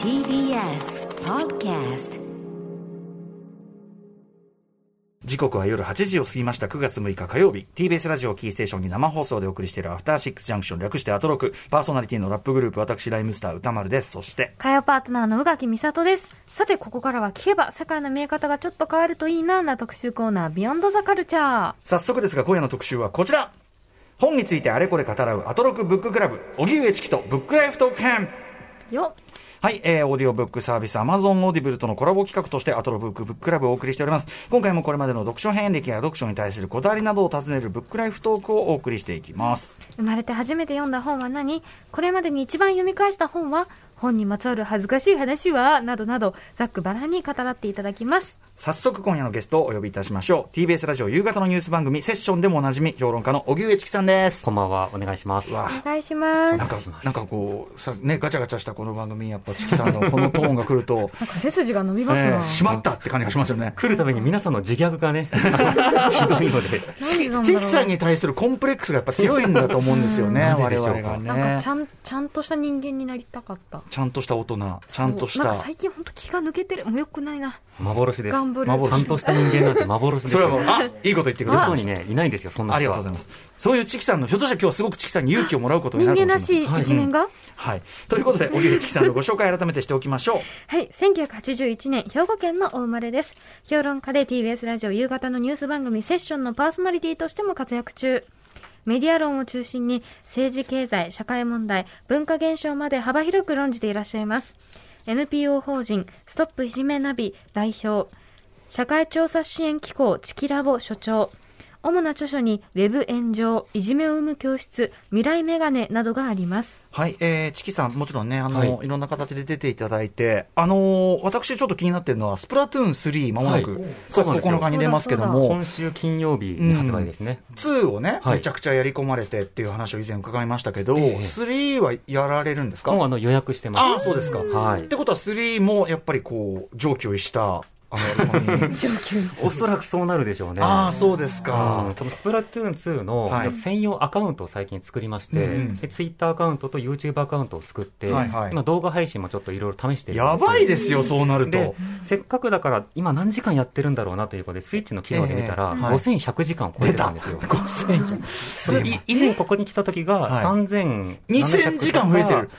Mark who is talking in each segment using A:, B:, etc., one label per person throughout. A: TBS Podcast
B: 時刻は夜8時を過ぎました9月6日火曜日 TBS ラジオキーステーションに生放送でお送りしているアフターシックスジャンクション略してアトロクパーソナリティのラップグループ私ライムスター歌丸ですそして
C: 火曜パートナーの宇垣美里です。さて、ここからは聞けば、世界の見え方がちょっと変わるといいな、な特集コーナー、ビヨンドザカルチャー。
B: 早速ですが今夜の特集はこちら本についてあれこれ語らうアトロクブッククラブ荻上チキとブックライフトーク編
C: よ
B: はい、えー、オーディオブックサービス Amazon オーディブルとのコラボ企画としてアトロブックブッククラブをお送りしております。今回もこれまでの読書遍歴や読書に対するこだわりなどを尋ねるブックライフトークをお送りしていきます。
C: 生まれて初めて読んだ本は何これまでに一番読み返した本は本にまつわる恥ずかしい話はなどなど、ざっくばらんに語らっていただきます。
B: 早速今夜のゲストをお呼びいたしましょう。TBS ラジオ夕方のニュース番組セッションでもおなじみ評論家の荻上チキさんです。
D: こんばんは、お願いします。
B: うわ
C: お願いします。
B: な
C: なん
B: か、なんかこう、さね、ガチャガチャしたこの番組、やっぱチキさ んのこのトーンが来ると、
C: んか背筋が伸びます
B: え
C: な。
B: ー、しまったって感じがしますよね。
D: 来るために皆さんの自虐がね、 ひどいので。
B: チキ
C: 何なんだろう
B: チキさんに対するコンプレックスがやっぱ強いんだと思うんですよね、
D: うんなぜ
B: 我
D: でしょう
B: 々
D: か
B: がね。
C: なんかちゃん、ちゃんとした人間になりたかった。
B: ちゃんとした大人、ちゃんとし
C: なんか
B: た。
C: 最近本当気が抜けてる。もう良くないな。
D: 幻です。
C: 頑張る。
B: 幻
D: ちゃんとした人間なんて幻です。
B: それはもう、あいいこと言ってくれ
D: 物
B: た。
D: 騒にね、いないですよ、そんな
B: ありがとうございます。そういうチキさんの、ひょっとしたら今日はすごくチキさんに勇気をもらうことに
C: 人
B: なるかも
C: 間ら
B: しれま
C: し
B: せん。
C: い一面が、
B: はい。ということで、荻上チキさんのご紹介改めてしておきましょう。
C: はい、1981年、兵庫県のお生まれです。評論家で TBS ラジオ夕方のニュース番組セッションのパーソナリティとしても活躍中。メディア論を中心に政治経済、社会問題、文化現象まで幅広く論じていらっしゃいます。NPO 法人、ストップいじめナビ代表、社会調査支援機構チキラボ所長、主な著書にウェブ炎上、いじめを生む教室、未来メガネなどがあります。
B: はい、えー、チキさん、もちろんね、あの、
D: はい
B: い、ろんな形で出ていただいて、あのー私ちょっと気になってるのは、スプラトゥーン3、まもなく、
D: はい
B: 9月9日に出ますけども、
D: 今週金曜日に発売ですね。
B: 2をね、
D: はい
B: めちゃくちゃやり込まれてっていう話を以前伺いましたけど、
D: ええ
B: 3はやられるんですか
D: もうあの予約してます。
B: ああ、そうですか。
D: は
B: っ
D: い
B: て。ことは、3もやっぱりこう、上記をした、あ の、ここに
D: おそらくそうなるでしょうね。
B: ああ、そうです
D: うん
B: か。
D: このスプラトゥーン2の
B: はい
D: 専用アカウントを最近作りまして、
B: うんうん
D: でツイッターアカウントと YouTube アカウントを作って、
B: はいはい
D: 今動画配信もちょっといろいろ試してるん
B: やばいですすよ、そうなる
D: で
B: と。
D: せっかくだから今何時間やってるんだろうなということでスイッチの機能で見たら
B: ええはい
D: 5100時間を超えてたんですよ、
B: 5000
D: い以前ここに来た時
B: は
D: が
B: い
D: 3700
B: 2000時間増えてる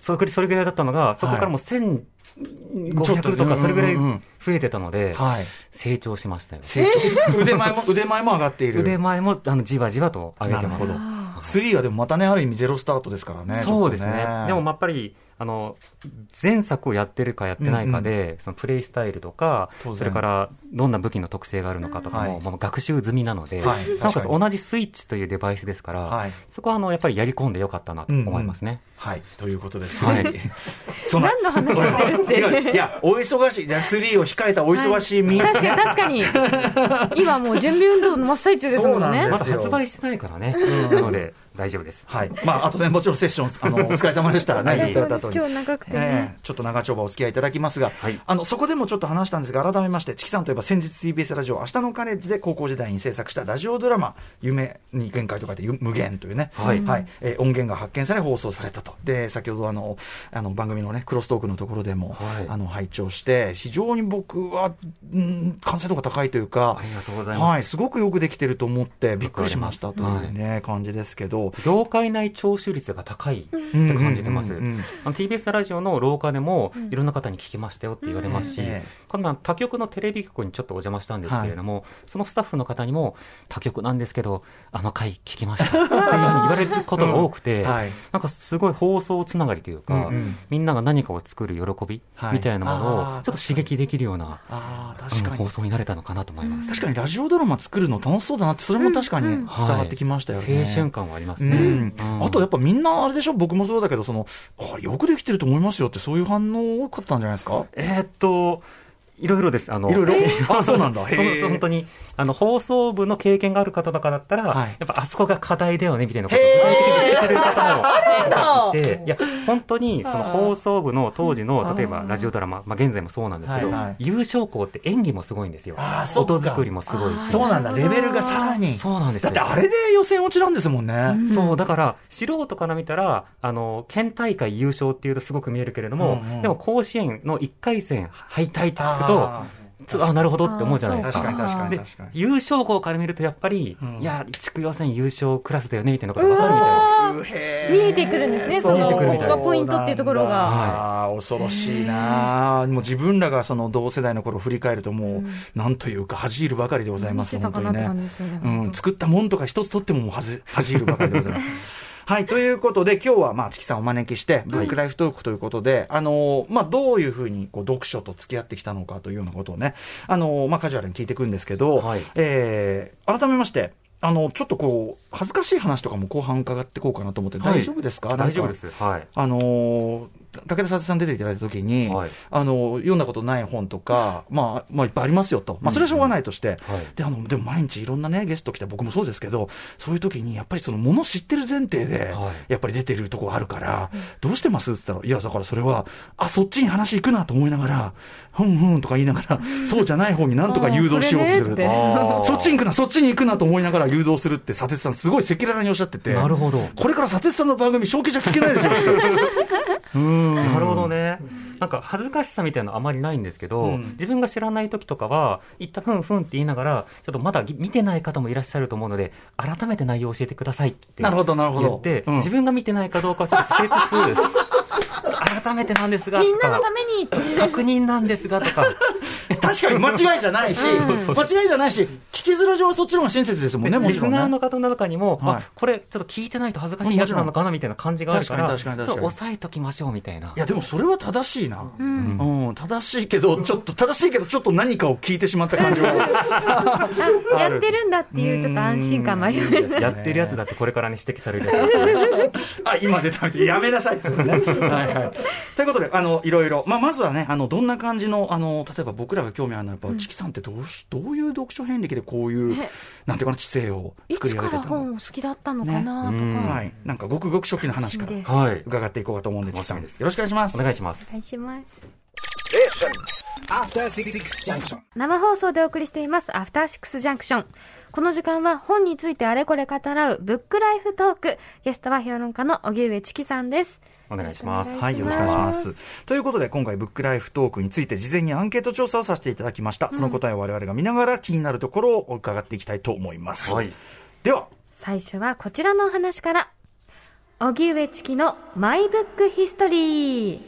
D: それそれぐらいだったのがそこからもう
B: ちょっと
D: 1500とかそれぐらい増えてたので
B: はい。
D: 成長しましたよ
B: 成長腕前も、腕前も上がっている。
D: 腕前もあのじわじわと上げてます
B: なる3はでもまたね、ある意味ゼロスタートですからね。
D: そうですね
B: ちょっと
D: でもやっぱりあの前作をやってるかやってないかで、そのプレイスタイルとか
B: 当然
D: それからどんな武器の特性があるのかとかも,、
B: はい
D: もう学習済みなので、
B: はい
D: なおか
B: 確
D: つ
B: かに
D: 同じスイッチというデバイスですから、
B: はい。
D: そこはあのやっぱりやり込んでよかったなと思いますね、
B: はい。ということです。
D: はい。
B: その
C: 何の話してるん
B: 違
C: で
B: う。いや、お忙しい。じゃあ3を控えたお忙しいみ、
C: 確かに確かに今もう準備運動の真っ最中ですも
B: そう
C: ん
B: なん
C: ね
B: で
D: ますだ
B: よ
D: 発売してないからね、
B: ん
D: なので大丈夫です
B: はい。まあ、あとね、もちろんセッション、あ の、お疲れ様でした。
D: あり
B: ね、
D: が
B: い
D: と
B: ただ
C: そ
B: いうた
C: で
B: 後
C: す
B: に。
C: 今日長くて
B: え
C: ね
B: えちょっと長丁場お付き合いいただきますが、
D: はい
B: あのそこでもちょっと話したんですが、改めまして、チキさんといえば先日 TBS ラジオ、明日のカレッジで高校時代に制作したラジオドラマ、夢に限界と書いて、ゆ無限というね、
D: はい
B: えー音源が発見され、放送されたと、で先ほどあのあの番組の、ね、クロストークのところでも、
D: はい
B: あの拝聴して、非常に僕は、うん、完成度が高いというか
D: あ。りがとうございます、
B: はい、すごくよくできてると思って、びっくりしましたというね、感じですけど、
D: 業界内聴取率が高いって感じてます、
B: うんうんうんうん
D: あの TBS ラジオの廊下でも、いろんな方に聞きましたよって言われますし、
B: うんええ
D: この前他局のテレビ局にちょっとお邪魔したんですけれども、そのスタッフの方にも、他局なんですけど、あの回聞き ましたっていうふうに言われることが多くて、
B: うんはい
D: なんかすごい放送つながりというか、
B: うんうん
D: みんなが何かを作る喜び
B: はい
D: みたいなもの
B: あー
D: を、ちょっと刺激できるような、
B: ああ、
D: う
B: 確
D: ん
B: かに。
D: 放送になれたのかなと思います。
B: 確かにラジオドラマ作るの楽しそうだなって、それも確かに
C: うんう
B: 伝
C: ん
B: わってきましたよね。
D: 青春感はあります
B: う
D: ね。
B: ん
D: うん
B: あとやっぱみんなあれでしょ、僕もそうだけど、そのあよくできてると思いますよって、そういう反応多かったんじゃないですか。
D: えーっと、いろいろです。あの、
B: いろいろ。あ、そうなんだ。
D: その人本当
B: に。
D: に、あの、放送部の経験がある方とかだったら、
B: はい
D: やっぱあそこが課題だよね、みたいなことを
B: へ
D: 具
B: ー
D: 体的に言ってくれる方も
C: あ
D: いて、いや、本当に、その放送部の当時
B: あー
D: の、例えばラジオドラマ、まあ現在もそうなんですけど、
B: はいはい
D: 優勝校って演技もすごいんですよ。
B: あーそっか
D: 音作りもすごいし。
B: そうなんだ。レベルがさらに。
D: そうなんです
B: だ
D: よ。
B: ってあれで予選落ちなんですもんね。
D: そう、だから、素人から見たら、あの、県大会優勝っていうとすごく見えるけれども、
B: うんうん
D: でも甲子園の1回戦敗退って聞く
B: あ
D: と、つあ、なるほどって思うじゃないです
B: 確
D: か。
B: かに確かに
D: で
B: 確かに。
D: 優勝校から見るとやっぱり、
B: うん
D: いや、地区予選優勝クラスだよね、みたいなことがわかるみたいな。
E: 見えてくるんですね
D: その見えてくるみたいな
E: ここがポイントっていうところが
B: ああー、恐ろしいな。もう自分らがその同世代の頃を振り返ると、もう、なんというか、恥じるばかりでございます、
E: 何してたか
B: 本当に
E: なって感じ
B: ね
E: ですよね。
B: うん、作ったもんとか一つ取ってももうは ず恥じるばかりでございます。はい。ということで、今日は、まあ、チキさんをお招きして、ブックライフトークということで、あのー、まあ、どういうふうに、こう、読書と付き合ってきたのかというようなことをね、あのー、まあ、カジュアルに聞いていくんですけど、
D: はい
B: えー改めまして、あの、ちょっとこう、恥ずかしい話とかも後半伺っていこうかなと思って、
D: はい
B: 大丈夫ですかなんか
D: 大丈夫です。はい。
B: あのー武田さつさん出ていただいたときに、
D: はい
B: あのー読んだことない本とか、まあ、まあ、いっぱいありますよと、まあ、それはしょうがないとして、
D: はい
B: であのでも毎日いろんな、ね、ゲスト来て、僕もそうですけど、そういう時に、やっぱりそのもの知ってる前提で、
D: はい
B: やっぱり出てるとこあるから、どうしてますって言ったら、いや、だからそれは、あそっちに話行くなと思いながら、ふんふんとか言いながら、そうじゃない方になんとか誘導しよう
E: あ
B: とする
E: ーそれねって
D: あー
B: そっちに行くな、そっちに行くなと思いながら誘導するって、佐哲さん、すごい赤裸々におっしゃってて、
D: なるほど
B: これから佐哲さんの番組、正気じゃ聞けないですよ、うん
D: なるほどね。なんか恥ずかしさみたいなのあまりないんですけど、
B: うん
D: 自分が知らない時とかは、いったふんふんって言いながら、ちょっとまだ見てない方もいらっしゃると思うので、改めて内容を教えてくださいって。
B: なるほどなるほど
D: 言って、
B: うん
D: 自分が見てないかどうかをちょっと伏せつつ ちょっと、改めてなんですが、
E: み
D: と
E: んなの
D: か
E: た、めに
D: 確認なんですがとか、
B: 確かに間違いじゃないし、間違いじゃないし、聞きづら上はそっちの方が親切ですもんね、も
D: リ
B: ち
D: ス
B: ろん
D: ナー
B: ね。
D: の方の中にも、
B: はい
D: あこれ、ちょっと聞いてないと恥ずかしいやつなのかなみたいな感じがあるから、
B: 確かに確かに確かに
D: ちょっと抑えときましょうみたいな。
B: いや、でもそれは正しいな。
D: うん
B: うん、正しいけど、ちょっと、正しいけど、ちょっと何かを聞いてしまった感じは。
E: あやってるんだっていうちょっと安心感もあります
D: やってるやつだってこれからね指摘されるやつ
B: あ、今出たみたい。やめなさいってことね。はいはい。ということで、あの、いろいろ。まあ、まずはね、あの、どんな感じの、あの、例えば僕らが興味あるのは、やっぱ、チキさんってどうし、どういう読書遍歴でこういう、なんていうかな、知性を
E: い
B: 作
E: つ
B: り上
E: か
B: げて
E: ら
B: たの
E: 本を好きだったのかなとか、
D: ねうん
B: はい。なんか、ごくごく初期の話から
E: 楽しみです
D: はい
B: 伺っていこうかと思うんです。チキさんよ
D: 楽しみです
B: ろしくお願いします。
D: お願いします
E: お願いします。
F: After Six Junction.
E: 生放送でお送りしています、アフターシックスジャンクション。この時間は本についてあれこれ語らう、ブックライフトーク。ゲストは評論家の荻上チキさんです。
D: お願いします
B: はい、よろしくお願いします。ということで、今回、ブックライフトークについて、事前にアンケート調査をさせていただきました。その答えを我々が見ながら、気になるところを伺っていきたいと思います。
D: はい
B: では、
E: 最初はこちらのお話から。荻上チキのマイブックヒストリー。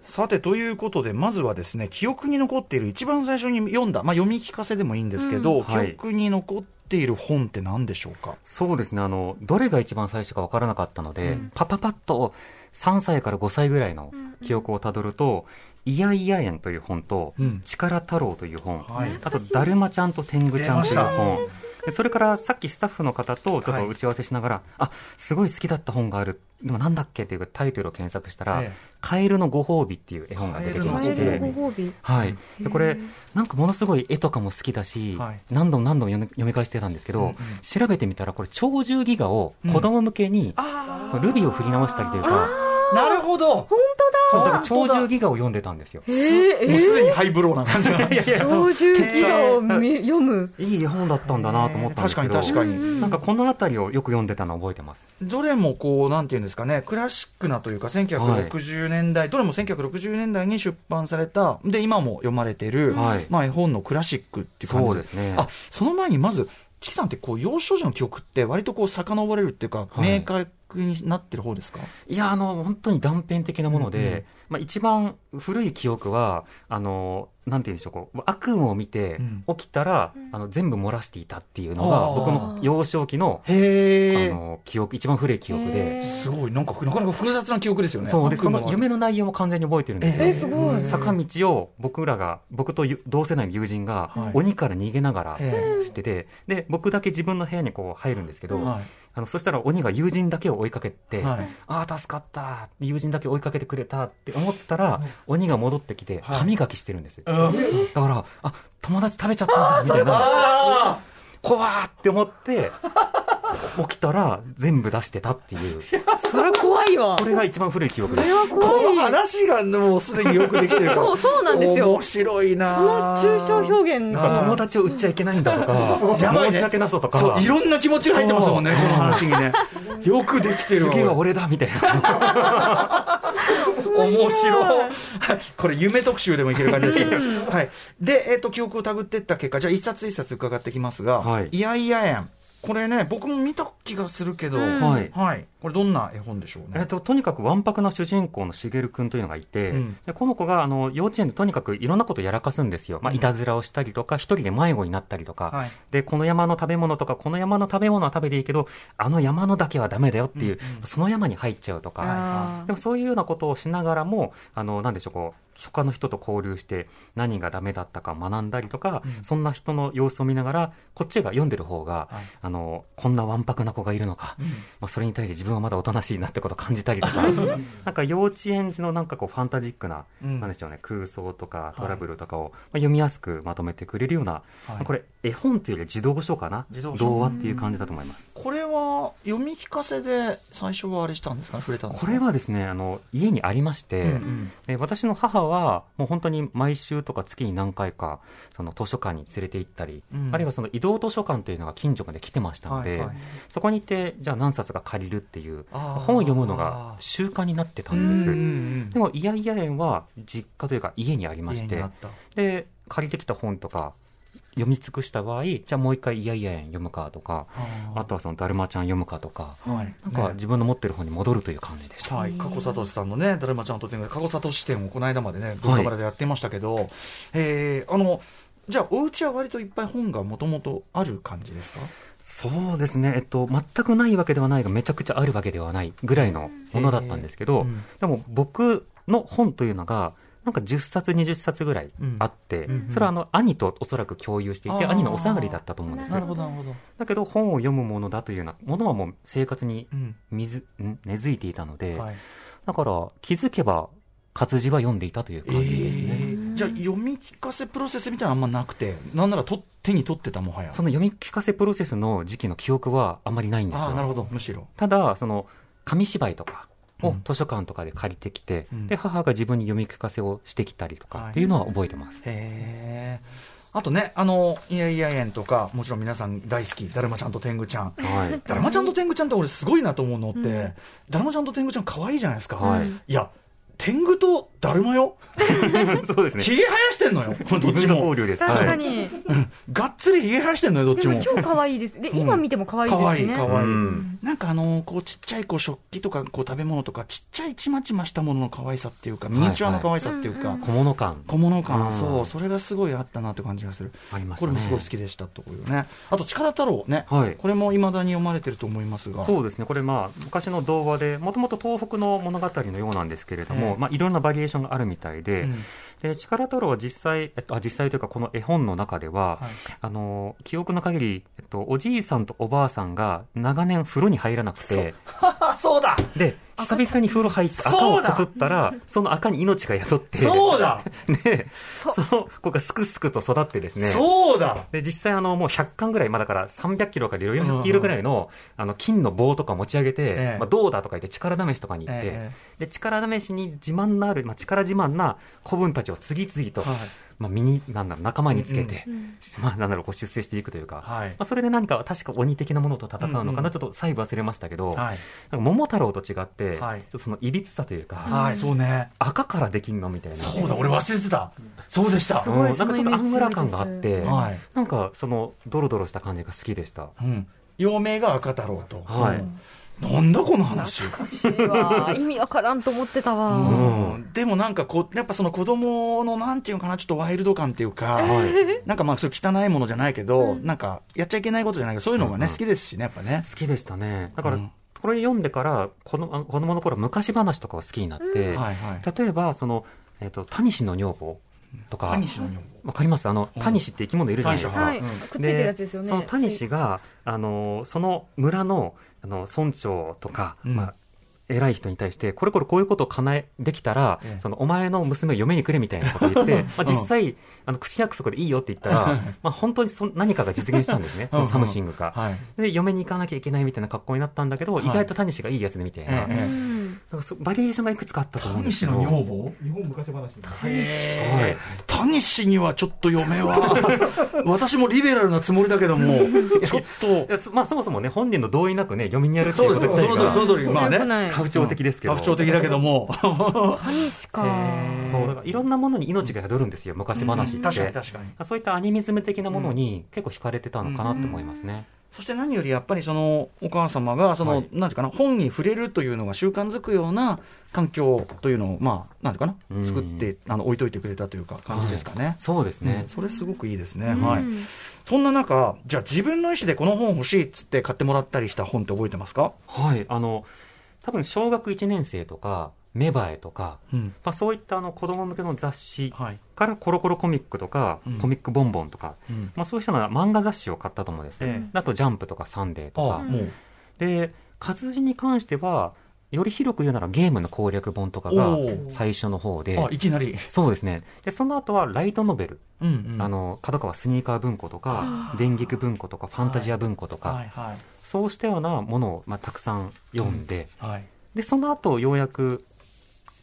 B: さて、ということで、まずはですね、記憶に残っている一番最初に読んだ、まあ、読み聞かせでもいいんですけど、
D: んはい
B: 記憶に残っている本って何でしょうか、
D: そうですねあのどれが一番最初か分からなかったので、パパパッと3歳から5歳ぐらいの記憶をたどると「イヤイヤ園」という本と
B: うん
D: 「力太郎」という本、
B: はい
D: あと「だるまちゃんと天狗ちゃん」と
B: 出
D: いう
B: ました
D: 本でそれからさっきスタッフの方とちょっと打ち合わせしながら、あすごい好きだった本があるでもなんだっけっていうタイトルを検索したら「
B: ええ
D: カエルのご褒美」っていう絵本が出てきま
E: マ
D: し
E: イ
D: て
E: ブックご褒美。
D: はい、でこれ、なんかものすごい絵とかも好きだし、
B: はい
D: 何度も何度も読み読み返してたんですけど、
B: うんうん
D: 調べてみたら、これ、超10ギガを子供向けに、そのルビーを振り直したりというか、
B: なるほど
E: 本
D: そ
E: 当
D: うだか
E: だ
D: ら超10ギガを読んでたんですよ。
E: えー、え
B: もうすでにハイブローな感じが。
E: ー、超重機を見読む。
D: いい絵本だったんだなと思ったんですけど、
B: 確かに確かに。
D: なんかこの辺りをよく読んでたのを覚えてます。
B: どれもこう、なんていうんですかね、クラシックなというか、1960年代、どれも1960年代に出版された、で、今も読まれてる、
D: はい
B: まあ、絵本のクラシックっていう感じ
D: そうですね
B: あ、その前にまず、チキさんってこう、幼少時の記憶って、割とこう、遡れるっていうか、
D: はい
B: 明確になってる方ですか
D: いや、あの、本当に断片的なもので、
B: うんうん
D: まあ、一番古い記憶は、あの、なんて言うんでしょう、こう悪夢を見て
B: うん、
D: 起きたら、あの、全部漏らしていたっていうのが、
B: あー
D: 僕の幼少期の、あ
B: へえ。
D: の、記憶、一番古い記憶で、
B: すごい、なんか、なかなか複雑な記憶ですよね。
D: そうで、
B: 悪
D: そ
B: 夢は
D: の夢の内容も完全に覚えてるんですよ。
B: え
E: すごい
D: 坂道を僕らが、僕とゆ同世代の友人が
B: はい、
D: 鬼から逃げながら
B: ええ
D: 知ってて、で、僕だけ自分の部屋にこう入るんですけ
B: は
D: ど、
B: い
D: ああのそしたら鬼が友人だけを追いかけて、
B: はい
D: ああ助かった友人だけ追いかけてくれたって思ったら鬼が戻ってきて
B: はい
D: 歯磨きしてるんです、
B: うん
D: だからあ友達食べちゃったんだみたい な
B: あ
D: 怖ーって思って起きたら全部出してたっていう
E: それ怖いわ
D: こ。れが一番古い記憶
E: そ
D: で
E: れは
B: あこの
E: 怖い。
B: 話がもうすでによくできてるから
E: そう、そうなんですよ
B: 面。白いな
E: その抽象
B: 現
E: 表現
D: な
E: が。
D: んか友達を売っちゃいけないんだと か
B: やばいね
D: 申し訳なさとか
B: そういろんな気持ちが入ってましたもんねこ
D: そう
B: の話に ねよくできてるわ
D: 次は俺だみたいな
B: 面白いこれ夢特集でもいける感じですけど、はい、で、えっと記憶をたぐっていった結果じゃあ一冊一冊伺ってきますが「
D: はい
B: いやいや園」これね僕も見た気がするけど、
E: うん
D: はい
B: これどんな絵本でしょう
D: えっ
B: ね、
D: と、とにかくわんぱくな主人公のしげるくんというのがいて、
B: うん
D: でこの子があの幼稚園でとにかくいろんなことをやらかすんですよ、まあ、いたずらをしたりとか、一人で迷子になったりとか、
B: はい
D: で、この山の食べ物とか、この山の食べ物は食べていいけど、あの山のだけはダメだよっていう、
B: うんうん
D: その山に入っちゃうとか、
E: あ
D: でもそういうようなことをしながらも、あの、なんでしょう、こう、他の人と交流して、何がダメだったか学んだりとか、
B: うん
D: そんな人の様子を見ながら、こっちが読んでる方が、
B: はい
D: あの、こんなわんぱくな子がいるのか、
B: うん
D: まあ、それに対して自分はまだおとなしいなってことを感じたりとか、 なんか幼稚園児のなんかこう、ファンタジックな、
B: うん
D: なんでしょうね、空想とかトラブルとかを、まあ、読みやすくまとめてくれるような、
B: はい
D: これ、絵本というより児童書かな、
B: 児童書
D: 童話っていう感じだと思います。
B: これは読み聞かせで最初はあれしたんですかね触れたんです
D: こ
B: か
D: れはですね、あの、家にありまして、
B: うんうん
D: えー私の母は、もう本当に毎週とか月に何回か、その図書館に連れて行ったり、
B: うん
D: あるいはその移動図書館というのが近所まで来てましたので、
B: はいはい
D: そこに行って、じゃあ何冊か借りるっていう、
B: あー
D: 本を読むのが習慣になってた
B: うん
D: んです。
B: うん
D: でも、いやいや園は実家というか家にありま
B: 家
D: し
B: に
D: て
B: あ、った
D: で、借りてきた本とか読み尽くした場合、じゃあもう一回いやいや園読むかとか、あとはそのだるまちゃん読むかとか、
B: はい
D: なんか
B: ね
D: 自分の持ってる本に戻るという感じでした。
B: はい、加古聡さんのね、だるまちゃんと天狗、加古聡支店をこの間までね、文化バラでやってましたけど、えーあの、じゃあ、お家は割といっぱい本がもともとある感じですか
D: そうですね、えっと、全くないわけではないが、めちゃくちゃあるわけではないぐらいのものだったんですけど、
B: うん
D: でも僕の本というのが、なんか10冊、20冊ぐらいあって、
B: うんうん
D: それはあの兄とおそらく共有していて、
B: あー
D: 兄のお下がりだったと思うんです
E: なるほど
B: ほど。
D: だけど、本を読むものだというようなものはもう生活に
B: うん。
D: 水ん根付いていたので、
B: はい。
D: だから気づけば活字は読んでいたという
B: え
D: 感じですね。
B: ーじゃあ、読み聞かせプロセスみたいなのあんまなくて、なんならと手に取ってたもはや。
D: その読み聞かせプロセスの時期の記憶はあまりないんです
B: ああ、
D: よ。
B: なるほど、むしろ。
D: ただその紙芝居とか
B: う
D: を
B: ん
D: 図書館とかで借りてきて、
B: うん
D: で母が自分に読み聞かせをしてきたりと
B: はい
D: かっていうのは覚えてます、
B: へえ。あとね、あの、いやいや園とか、もちろん皆さん大好き、だるまちゃんと天狗ちゃん。
D: はい
B: だるまちゃんと天狗ちゃんって俺すごいなと思うのって、
E: うん
B: だるまちゃんと天狗ちゃん可愛いじゃないですか、
D: はい
B: いや天狗とだるまよ
D: そうですね
B: ひげ生やしてんのよ どっちも
D: 交流です
E: 確か
D: はい
E: に。
B: がっつりひげ生やしてんのよどっ
E: で
B: ち
E: も
B: も
E: 超可愛いです。で、
B: ん
E: 今見ても可愛い
B: 可
E: で
B: 愛
E: す
B: い可
E: ね。
B: 愛い、
D: うん
B: なんかあのこうちっちゃいこう食器とかこう食べ物とかちっちゃいちまちましたものの可愛さっていうかミニチュアの可愛さっていうか、
E: はいはい
D: 小物感
B: 小物感、
D: うん
B: そうそれがすごいあったなって感じがする
D: ありました
B: こ
D: ね
B: れもすごい好きでしたとこういうねあと力太郎ね、
D: はい
B: これもいまだに読まれてると思いますが
D: そうですねこれまあ昔の童話でもともと東北の物語のようなんですけれど
B: ええ
D: も、まあ、いろんなバリエーションがあるみたいで,、
B: うん
D: で力太郎は実際、えっと、あ実際というかこの絵本の中で
B: は
D: は、
B: い
D: あの記憶の限り、えっと、おじいさんとおばあさんが長年風呂に入らなくて
B: あそうだ
D: で久々に風呂入って赤
B: そ
D: を
B: うだ
D: こすったらその赤に命が宿って
B: そうだ
D: でその子がすくすくと育ってですね
B: そうだ
D: で、実際あの、もう100巻ぐらい、まあだから300キロから400キロぐらいの、あの、金の棒とか持ち上げて、
B: ええ
D: まあどうだとか言って力試しとかに行って、
B: え
D: で、力試しに自慢のある、まあ力自慢な子分たちを次々と、
B: はい
D: まあ身に、なんだろう、仲間につけて、
E: うんうん
D: まあなんだろう、こう出世していくというか、
B: はい
D: まあそれで何か確か鬼的なものと戦うのかな、
B: うんうん
D: ちょっと細部忘れましたけど、なんか
B: はい、
D: 桃太郎と違って、
B: はい
D: ちょっとそのいびつさというか、
B: はい、そうね。
D: 赤からできんのみたいな。
B: そうだ、俺忘れてた。そうでした
E: す。
D: うん
E: ごい
D: なんかちょっとアングラ感があって、
B: はい
D: なんかそのドロドロした感じが好きでした。
B: うん。幼名が赤太郎と。
D: はい
B: なんだこの話。
E: うわー意味わからんと思ってた
B: う
E: わ。
B: んでもなんかこう、やっぱその子供のなんていうのかな、ちょっとワイルド感っていうか、
D: はい
B: なんかまあそういう汚いものじゃないけど、なんかやっちゃいけないことじゃないけど、そういうのがね、
D: うんうん
B: 好きですしね、やっぱね。
D: 好きでしたね。だから、
B: うん
D: これ読んでから、この、あ子供の頃は昔話とかを好きになって、
B: はいはい。
D: 例えば、その、えっ、と、タニシの女房とか、
B: 何しの日本語
D: わかりますあの、タニシって生き物いるじゃないですか。
C: はい、くっついてるやつですよね。
D: そのタニシが、あの、その村の、あの、村長とか、
B: うん
D: まあ、偉い人に対して、これこれこういうことを叶え、できたら、
B: ええ
D: その、お前の娘を嫁にくれみたいなことを言 って、まあ、実際、あの、口約束でいいよって言ったら、まあ、本当にそ何かが実現したんですね、そのサムシングが。
B: はい。
D: で、嫁に行かなきゃいけないみたいな格好になったんだけど、
B: はい
D: 意外とタニシがいいやつでみたいな。
B: ええええ
C: うん
D: なんかそバリエーションがいくつかあったと
B: タ
D: 思うん
B: ニ
D: です
B: シ
D: けど。
B: の女房
G: 日本昔話です
B: タニシ
D: はい
B: タニシにはちょっと嫁 は、私もリベラルなつもりだけども、ちょっと
D: い、やそまあ、そもそもね、本人の同意なくね、読みにやるってい
B: そう
D: う
B: です
D: こと
B: よ、
D: 自
B: その
D: 体
B: 通り、
D: が
B: その通り、まあね、
C: よくない
D: 家父長的ですけど。
B: 拡張的だけども、
C: タニシか。
D: そう、だからいろんなものに命が宿るんですよ、昔話って。
B: 確かに確かに。
D: そういったアニミズム的なものに結構惹かれてたのかなと思いますね。
B: そして何よりやっぱりそのお母様がその、
D: はい
B: なんていうかな本に触れるというのが習慣づくような環境というのをまあなんていうか
D: う
B: なん作って、あの置いといてくれたというか感じですかね。
D: そうですね
B: ね、。それすごくいいですね、はい、そんな中、じゃあ自分の意思でこの本欲しいっつって買ってもらったりした本って覚えてますか、
D: はい。あの、多分小学1年生とか、芽生えとか、
B: うん
D: まあ、そういったあの子供向けの雑誌
B: はい
D: からコロコロコミックとか、
B: うん
D: コミックボンボンとか、
B: うん
D: まあ、そうしたのは漫画雑誌を買ったと思うんですね。
B: え
D: あと、ジャンプとかサンデーとか。
B: もう
D: で、活字に関しては、より広く言うならゲームの攻略本とかが
B: おー
D: 最初の方で、
B: あいきなり、
D: そうですね。で、その後はライトノベル。
B: うんうん
D: あの、角川スニーカー文庫とか、電撃文庫とか、ファンタジア文庫とか、
B: はいはい
D: そうしたようなものを、まあ、たくさん読んで、
B: はい
D: で、その後、ようやく、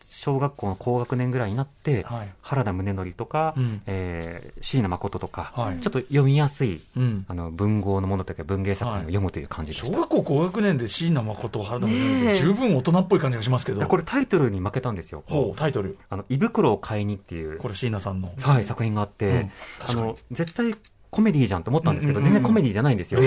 D: 小学校の高学年ぐらいになって、
B: はい
D: 原田宗則とか、
B: うん
D: えー椎名誠とか、
B: はい
D: ちょっと読みやすい、
B: うん
D: あの、文豪のものというか、文芸作品を読むという感じで
B: 小
D: した。
B: 学校高学年で椎名誠を原田
C: ねえ
B: も十分大人っぽい感じがしますけど
D: これタイトルに負けたんですよ。
B: ほうタイトル
D: あの、胃袋を買いにっていう、
B: これ椎名さんの
D: はい、作品があって、
B: うん
D: あの、絶対コメディじゃんと思ったんですけど、
B: うんうんうん
D: 全然コメディじゃないんですよ。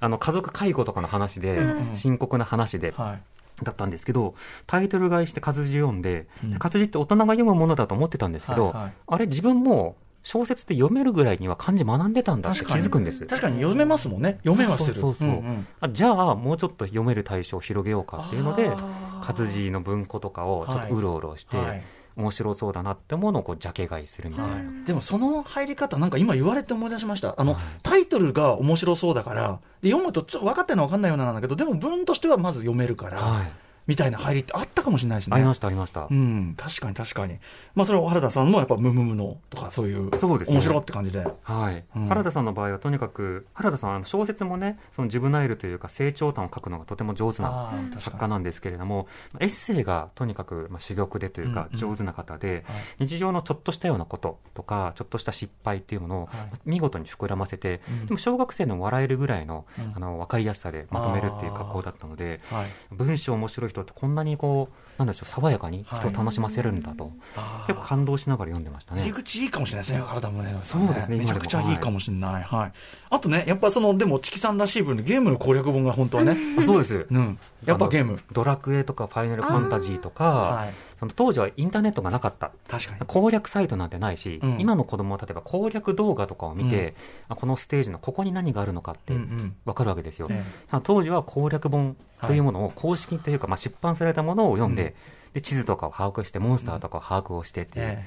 D: あの、家族介護とかの話で、
B: んうん
D: 深刻な話で、
B: はい
D: だったんですけど、タイトル買いして活字読んで、
B: うん
D: で活字って大人が読むものだと思ってたんですけど、
B: はいはい
D: あれ自分も小説って読めるぐらいには漢字学んでたんだって
B: 確
D: 気
B: かに
D: づくんです。
B: 確かに読めますもんね読めはする
D: そうそうそうそう
B: うん
D: あじゃあ、もうちょっと読める対象を広げようかっていうので
B: あ、ー
D: 活字の文庫とかをちょっとうろうろして、
B: うんはい
D: 面白そうだなってものをこうジャケ買いするみたいな。
B: でもその入り方なんか今言われて思い出しましたあのタイトルが面白そうだからで読むとちょっと分かってるのは分かんないようなんだけどでも文としてはまず読めるから、
D: はい
B: みたいな入りってあったかもしれないしね
D: ありました、ありました。
B: うん、確かに確かに。まあ、それは原田さんもやっぱ、ムムムのとか、そういう、
D: そうですね
B: 面白いって感じで。
D: はい、
B: うん
D: 原田さんの場合はとにかく原田さんは小説もねそのジュブナイルというか成長譚を書くのがとても上手な
B: あー
D: 作家なんですけれどもエッセイがとにかくまあ珠玉でというか
B: うんうん
D: 上手な方で、
B: はい
D: 日常のちょっとしたようなこととかちょっとした失敗っていうものを
B: はい
D: 見事に膨らませて、
B: うん
D: でも小学生の笑えるぐらいの,、
B: うん
D: あの分かりやすさでまとめるっていう格好だったので
B: はい。
D: 文章面白い人ってこんなにこうなんでしょう爽やかに人を楽しませるんだと、
B: あ
D: 結構感動しながら読んでましたね。
B: 入り口いいかもしれないですね、原田もね。
D: そうですね
B: めちゃくちゃ
D: 今でも
B: いいかもしれない。はい。あとね、やっぱその、でも、チキさんらしい分で、ゲームの攻略本が本当はね、
D: あそうです
B: うん。やっぱゲーム。
D: ドラクエとかファイナルファンタジーとか、
B: はい。
D: その当時はインターネットがなかった。
B: 確かに。
D: 攻略サイトなんてないし、
B: うん
D: 今の子供は例えば攻略動画とかを見て、あこのステージのここに何があるのかって
B: うんうん
D: わかるわけですよ。
B: え
D: あ当時は攻略本というものを公式というか、まあ、出版されたものを読んで、
B: うん
D: で地図とかを把握してモンスターとかを把握をしてっていう、
B: え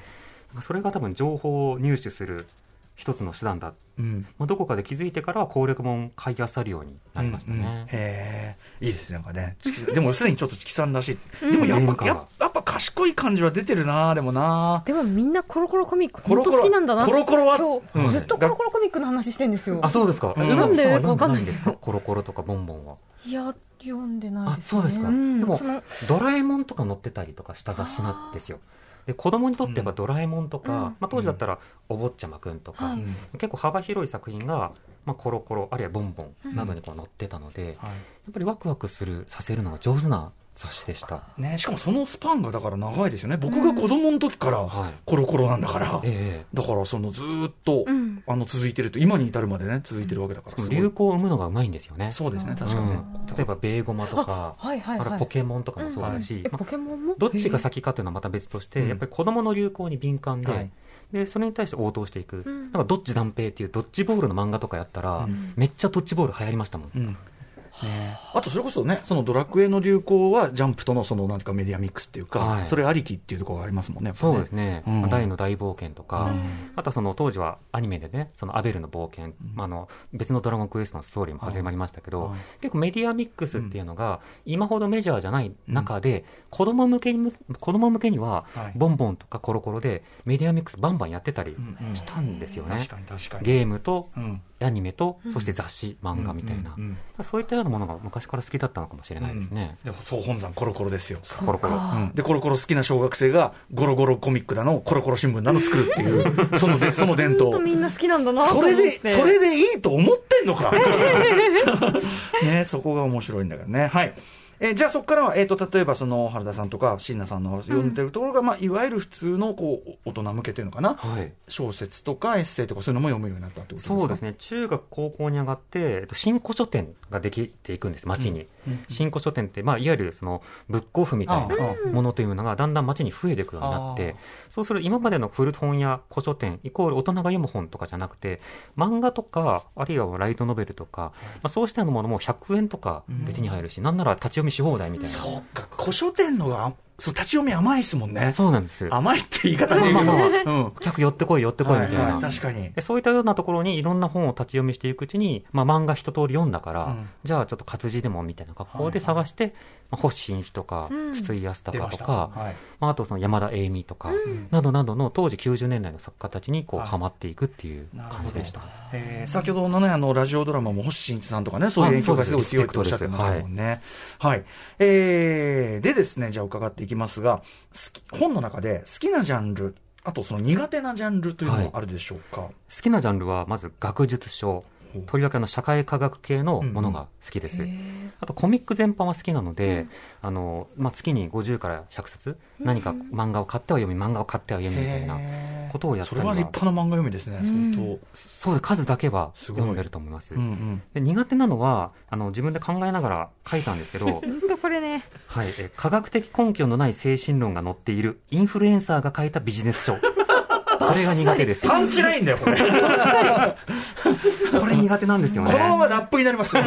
D: それが多分情報を入手する一つの手段だ、
B: え。うん。
D: まあ、どこかで気づいてからは攻略本を買い漁るようになりましたね、
B: うんうんへえ、いいですね、なんかね。チキさんでも、すでにちょっとチキさんらしい。でもや
D: ゲー
B: っ
D: ム
B: ぱ、
D: 感
B: や
D: が
B: っぱやっぱ賢い感じは出てるな、でもな。
C: でもみんなコロコロコミック
B: コロコ
C: 本当
B: ロ
C: 好きなんだなって
B: コロコロは
C: 今日
B: うん
C: ずっとコロコロコミックの話してんですよ
D: あそうですか、
B: うん
C: なんで
D: そう読
C: わかんない
D: んですかコロコロとかボンボンはい
C: や読んでない
D: あ
C: です
D: そうですか、
C: ん
D: でも
C: その
D: ドラえもんとか載ってたりとかした雑誌なんですよで子供にとってはドラえもんとか、
C: うん
D: まあ、当時だったらお坊ちゃまくんとか、
C: はい
B: うん
D: 結構幅広い作品が、まあ、コロコロあるいはボンボンなどにこう載ってたので、や
B: はい
D: っぱりワクワクするさせるのが上手な雑誌でした
B: ね、しかもそのスパンがだから長いですよね、僕が子供の時から
D: はい
B: コロコロなんだから、
D: ええ
B: だからそのずーっと、
C: うん
B: あの続いてると、今に至るまでね、続いてるわけだから、すごい
D: 流行を生むのがうまいんですよね
B: そうですね、
D: うん
B: 確かにね。
D: 例えばベーゴマとか
C: はいはい
D: あれ
C: は
D: はいポケモンとかもそうだし、
C: えポケモンも
D: どっちが先かというのはまた別として、
B: うん
D: やっぱり子供の流行に敏感で、
B: はい
D: で、それに対して応答していく。
C: うん
D: なんか、どっち断平っていうドッジボールの漫画とかやったら、
B: うん
D: めっちゃドッジボール流行りましたもん。
B: うんあとそれこそね、そのドラクエの流行は、ジャンプとのそのなんていうかメディアミックスっていうか、
D: はい
B: それありきっていうところがありますもんね、やっぱね
D: そうですね、
B: うん
D: まあ大の大冒険とか、
B: うん
D: あとはその当時はアニメでね、そのアベルの冒険、まあ、あの別のドラゴンクエストのストーリーも始まりましたけど、
B: はい
D: 結構メディアミックスっていうのが、今ほどメジャーじゃない中で、子供向けにむ、子供向けには
B: はい、
D: ボンボンとかコロコロでメディアミックスバンバンやってたり
B: うんうん
D: したんですよね
B: 確。かに確かに。
D: ゲームと
B: うん
D: アニメと、そして雑誌、漫画みたいな
B: うんうんうん、
D: そういったようなものが昔から好きだったのかもしれないですね。
B: でも総本山コロコロですよ。
D: コロコロ。
B: うんでコロコロ好きな小学生がゴロゴロコミックだのコロコロ新聞だの作るっていう そのでその伝
C: ほんと
B: 統
C: みんな好きなんだなと
B: そ
C: 思っ
B: れ
C: て
B: でそれでいいと思ってんの か ねそこが面白いんだからねはいえじゃあそこからは、えー、と例えばその原田さんとか椎名さんの読んでるところが、まあ、いわゆる普通のこうお大人向けというのかな
D: はい。
B: 小説とかエッセイとかそういうのも読むようになったってことですか
D: そうですね中学高校に上がって、えっと、新古書店ができていくんです町に、新古書店って、まあ、いわゆるそのブックオフみたいな
B: あ
D: ものというのがだんだん町に増えていくようになっ
B: あー
D: てそうすると今までの古本や古書店イコール大人が読む本とかじゃなくて漫画とかあるいはライトノベルとか、まあ、そうしたようなものも100円とかで手に入るし、なんなら立ち読みし放題みたいな、
B: そうか古書店のがそう立ち読み甘いですもんね
D: そうなんです
B: 甘いって言い方で
D: まあまあまあ
B: うん
D: 客寄ってこい寄ってこいみたいな、
B: はいはい確かに
D: でそういったようなところにいろんな本を立ち読みしていくうちに、まあ、漫画一通り読んだから、
B: うん
D: じゃあちょっと活字でもみたいな格好で
B: はいはい
D: 探して、まあ、星新一とか、
E: うん
D: 筒井康
B: 出
D: 隆
B: ま
D: と
B: した
D: か、
B: はい
D: まあ、あとその山田栄美とか、などなどの当時90年代の作家たちにこう
B: はい
D: ハマっていくっていう
B: なるほ
D: 感
B: ど
D: じでした。
B: えー先ほどのね、あの、ラジオドラマも星新一さんとかね、そういう影響がすごい強いとおっしゃってましたもんね。はい。えーでですね、じゃあ伺っていきますが、好き、本の中で好きなジャンル、あとその苦手なジャンルというのもあるでしょうか。
D: 好きなジャンルはまず学術書
B: ほう
D: とりわけあの社会科学系のものが好きです、あとコミック全般は好きなので、あのまあ、月に50から100冊何か漫画を買っては読み漫画を買っては読みみたいな
B: へー
D: ことをやった
B: そ
D: り
B: れ
D: は
B: は立派な漫画読みですね、相
D: そうです数だけは
B: すごい
D: 読んでると思います
B: 当。うんうん。
D: で苦手なのはあの自分で考えながら書いたんです けど、
C: ほんとこれね
D: はい、え科学的根拠のない精神論が載っているインフルエンサーが書いたビジネス 書あれが苦手です
B: パンチラインだよ、これ。
D: これ苦手なんですよね
B: このままラップになりますよ。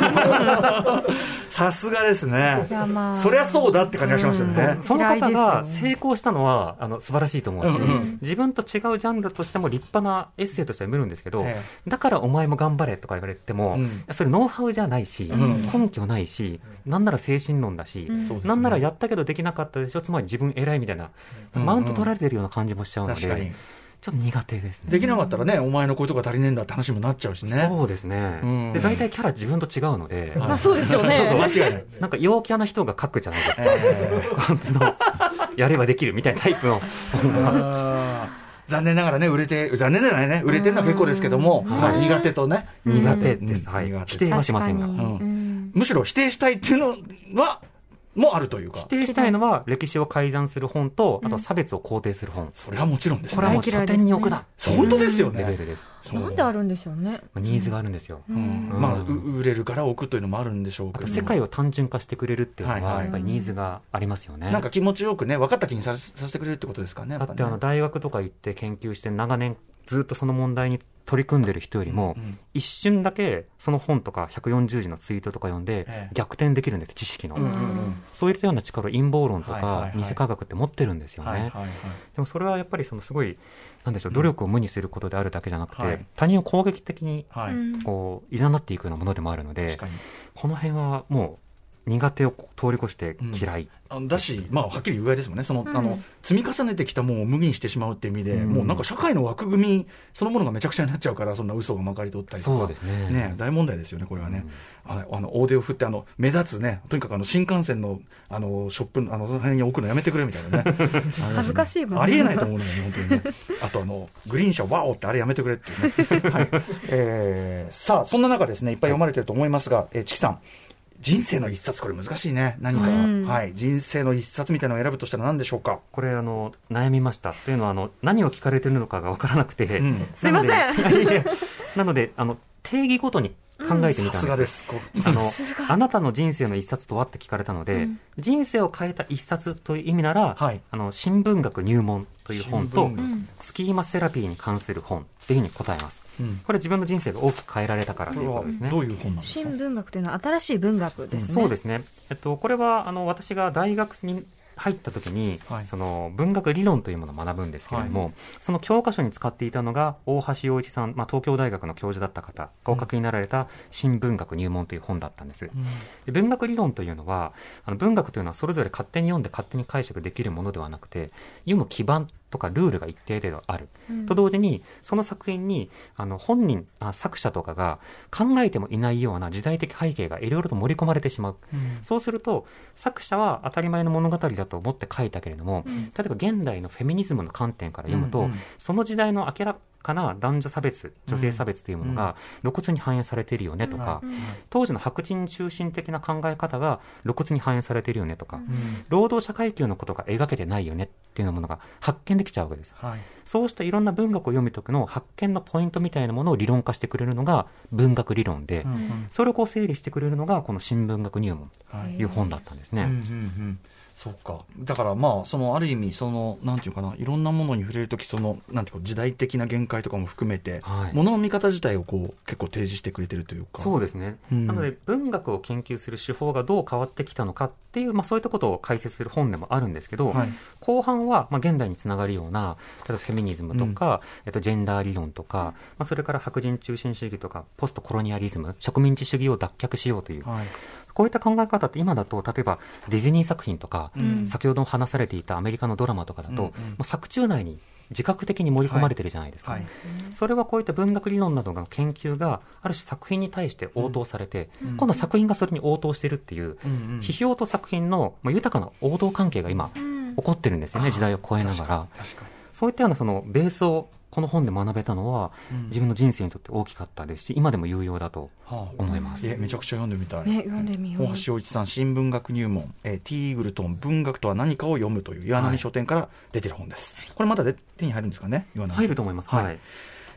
B: さすがですね
C: い。やまあ
B: そりゃそうだって感じがしましたよね。
D: その
C: 嫌
D: 方
C: いですよ
D: が
C: ね
D: 成功したのはあの素晴らしいと思うし、
B: うんうん
D: 自分と違うジャンルとしても立派なエッセイとしては読めるんですけど、
B: え
D: だからお前も頑張れとか言われても、
B: うん
D: それノウハウじゃないし、
B: うん
D: 根拠ないし、なんなら精神論だし、
B: そうですね
D: なんならやったけどできなかったでしょ、つまり自分偉いみたいな、
B: うん
D: マウント取られてるような感じもしちゃうので、
B: 確かに。
D: ちょっと苦手ですね。
B: できなかったらね、お前のこういうとこ足りねえんだって話にもなっちゃうしね。
D: そうですね、
B: うん
D: で大体キャラ自分と違うので、
B: はい
C: まあそうでしょうね
B: そうそう、間 違いない。
D: なんか陽キャな人が書くじゃな いですか、
B: え
D: やればできるみたいなタイ プの
B: ー 残念ながらね、売れて、残念じゃないね、売れてるのは結構ですけども、まあ
D: はい
B: 苦手とね。
D: 苦手です、
B: うん
D: はい
B: 苦手
D: 否定はしませんが、
C: 確
D: う
C: か
D: ん
C: に
B: う
C: うん
B: むしろ否定したいっていうのは、もあるというか
D: 否。定したいのは歴史を改ざんする本とあとは差別を肯定する本、
B: それはもちろんですね。
D: これはもう書店に置くな、
B: そう本当ですよ
D: レベル
B: ね。
D: です、
B: そう
C: なんであるんでしょうね
D: まあニーズがあるんですよ、
B: うん
D: うん
B: まあ、う売れるから置くというのもあるんでしょう
D: あ
B: け
D: と
B: ど。
D: 世界を単純化してくれるっていうの
B: はいは
D: はいやっぱりニーズがありますよね、
B: なんか気持ちよくね、分かった気にさせさせてくれるってことですかね、や
D: だ
B: っぱ
D: っ
B: ね
D: てあの大学とか行って研究して長年ずっとその問題に取り組んでる人よりも、
B: うん
D: 一瞬だけその本とか140字のツイートとか読ん
B: え
D: で
B: え
D: 逆転できるんです知識の、
B: うんうんうん
D: そういったような力を陰謀論と
B: はいはい
D: か
B: はい
D: 偽科学って持ってるんですよね、
B: はいはいはい。
D: でもそれはやっぱりそのすごいなんでしょう努力を無にすることであるだけじゃなくて、
B: はい
D: 他人を攻撃的に
B: はい。
D: こういざなっていくようなものでもあるので
B: 確かに。
D: この辺はもう苦手を通り越して嫌い、
B: あのだし、まあ、はっきり言うぐらいですもんね、その、あの、積み重ねてきたもんを無限にしてしまうって意味で、
D: うん
B: もうなんか社会の枠組みそのものがめちゃくちゃになっちゃうから、そんな嘘がまかり通ったりとか。
D: そうですね
B: ね、大問題ですよね、これはね。あのあの、大手を振って、あの、目立つね、とにかくあの、新幹線の、あの、ショップの、あの、その辺に置くのやめてくれみたいなね。
C: 恥ずかしいもんね
B: ありえないと思うのよね、本当にね。 あとあの、グリーン車、ワオってあれやめてくれっていう ね。はい。えーさあ、そんな中ですね、いっぱい読まれてると思いますが、えー、チキさん。人生の一冊、これ難しいね。何か、
C: うん
B: はい。人生の一冊みたいなのを選ぶとしたら何でしょうか。
D: これあの悩みましたというのはあの何を聞かれてるのかが分からなくて、
B: うん
C: すいません
D: なのでいやいやなのであの定義ごとに考えてみ
B: さ
D: た
B: す
D: ん
B: が
D: で。
B: ですす。こう
D: あの
E: すごい
D: あなたの人生の一冊とはって聞かれたので、
E: うん
D: 人生を変えた一冊という意味なら、
B: はい
D: あの新聞学入門という本
B: 新
D: と
B: 聞
E: う
B: 学
E: ん
D: スキーマセラピーに関する本っていうふうに答えます
B: うん
D: これ自分の人生が大きく変えられたからと
B: こ
D: い
B: れ
D: うこ
B: は
D: とですね
B: どういう本なんですか
C: 新聞学というのは新しい文学ですね。
D: そうですね、えっと、これはあの私が大学に入った時に、
B: はい
D: その文学理論というものを学ぶんですけれども、その教科書に使っていたのが大橋洋一さん、まあ、東京大学の教授だった方がお書きになられた「新文学入門」という本だったんです、
B: うん
D: で文学理論というのはあの文学というのはそれぞれ勝手に読んで勝手に解釈できるものではなくて読む基盤とかルールが一定程度ある、
E: うん
D: と同時にその作品にあの本人あ作者とかが考えてもいないような時代的背景がいろいろと盛り込まれてしまうそうすると作者は当たり前の物語だと思って書いたけれども、
E: うん
D: 例えば現代のフェミニズムの観点から読むと、
B: うんうん
D: その時代の明らかな男女差別女性差別というものが露骨に反映されているよねとか、
E: うん
D: 当時の白人中心的な考え方が露骨に反映されているよねとか、
E: うん
B: うん
D: 労働者階級のことが描けてないよねっていうようなものが発見できちゃうわけです。
B: はい
D: そうしたいろんな文学を読む時の発見のポイントみたいなものを理論化してくれるのが文学理論で、
B: うんうん
D: それをこう整理してくれるのがこの新聞学入門
B: はい
D: という本だったんです
B: うんうんう
D: ね。
B: んそうかだからまあそのある意味そのなんていうかないろんなものに触れるときそのなんていうか時代的な限界とかも含めて、
D: はい
B: ものの見方自体をこう結構提示してくれてるというか
D: そうですね、
B: うん
D: なので文学を研究する手法がどう変わってきたのかっていう、まあ、そういったことを解説する本でもあるんですけど、
B: はい
D: 後半は、まあ、現代につながるような例えばフェミニズムとか、えっと、ジェンダー理論とか、まあ、それから白人中心主義とかポストコロニアリズム植民地主義を脱却しようという
B: はい
D: こういった考え方って今だと例えばディズニー作品とか、
B: うん
D: 先ほど話されていたアメリカのドラマとかだと、
B: うんうん
D: もう作中内に自覚的に盛り込まれてるじゃないですか、
B: はい
D: それはこういった文学理論などの研究がある種作品に対して応答されて、
B: うん
D: 今度は作品がそれに応答してるっていう、
B: うんうん
D: 批評と作品のまあ豊かな応答関係が今
E: うん
D: 起こってるんですよね、時代を超えながら
B: 確か
D: そういったようなそのベースをこの本で学べたのは、
B: にうん
D: 自分の人生にとって大きかったですし今でも有用だと
B: はあ
D: 思います、
B: えめちゃくちゃ読んでみたい、
C: ね読んでみよう
B: 大橋洋一さん新聞学入門、えー、T ・イーグルトン文学とは何かを読むという岩波書店から出てる本です、これまだで手に入るんですかね岩波書店
D: 入ると思います、
B: はい
D: はい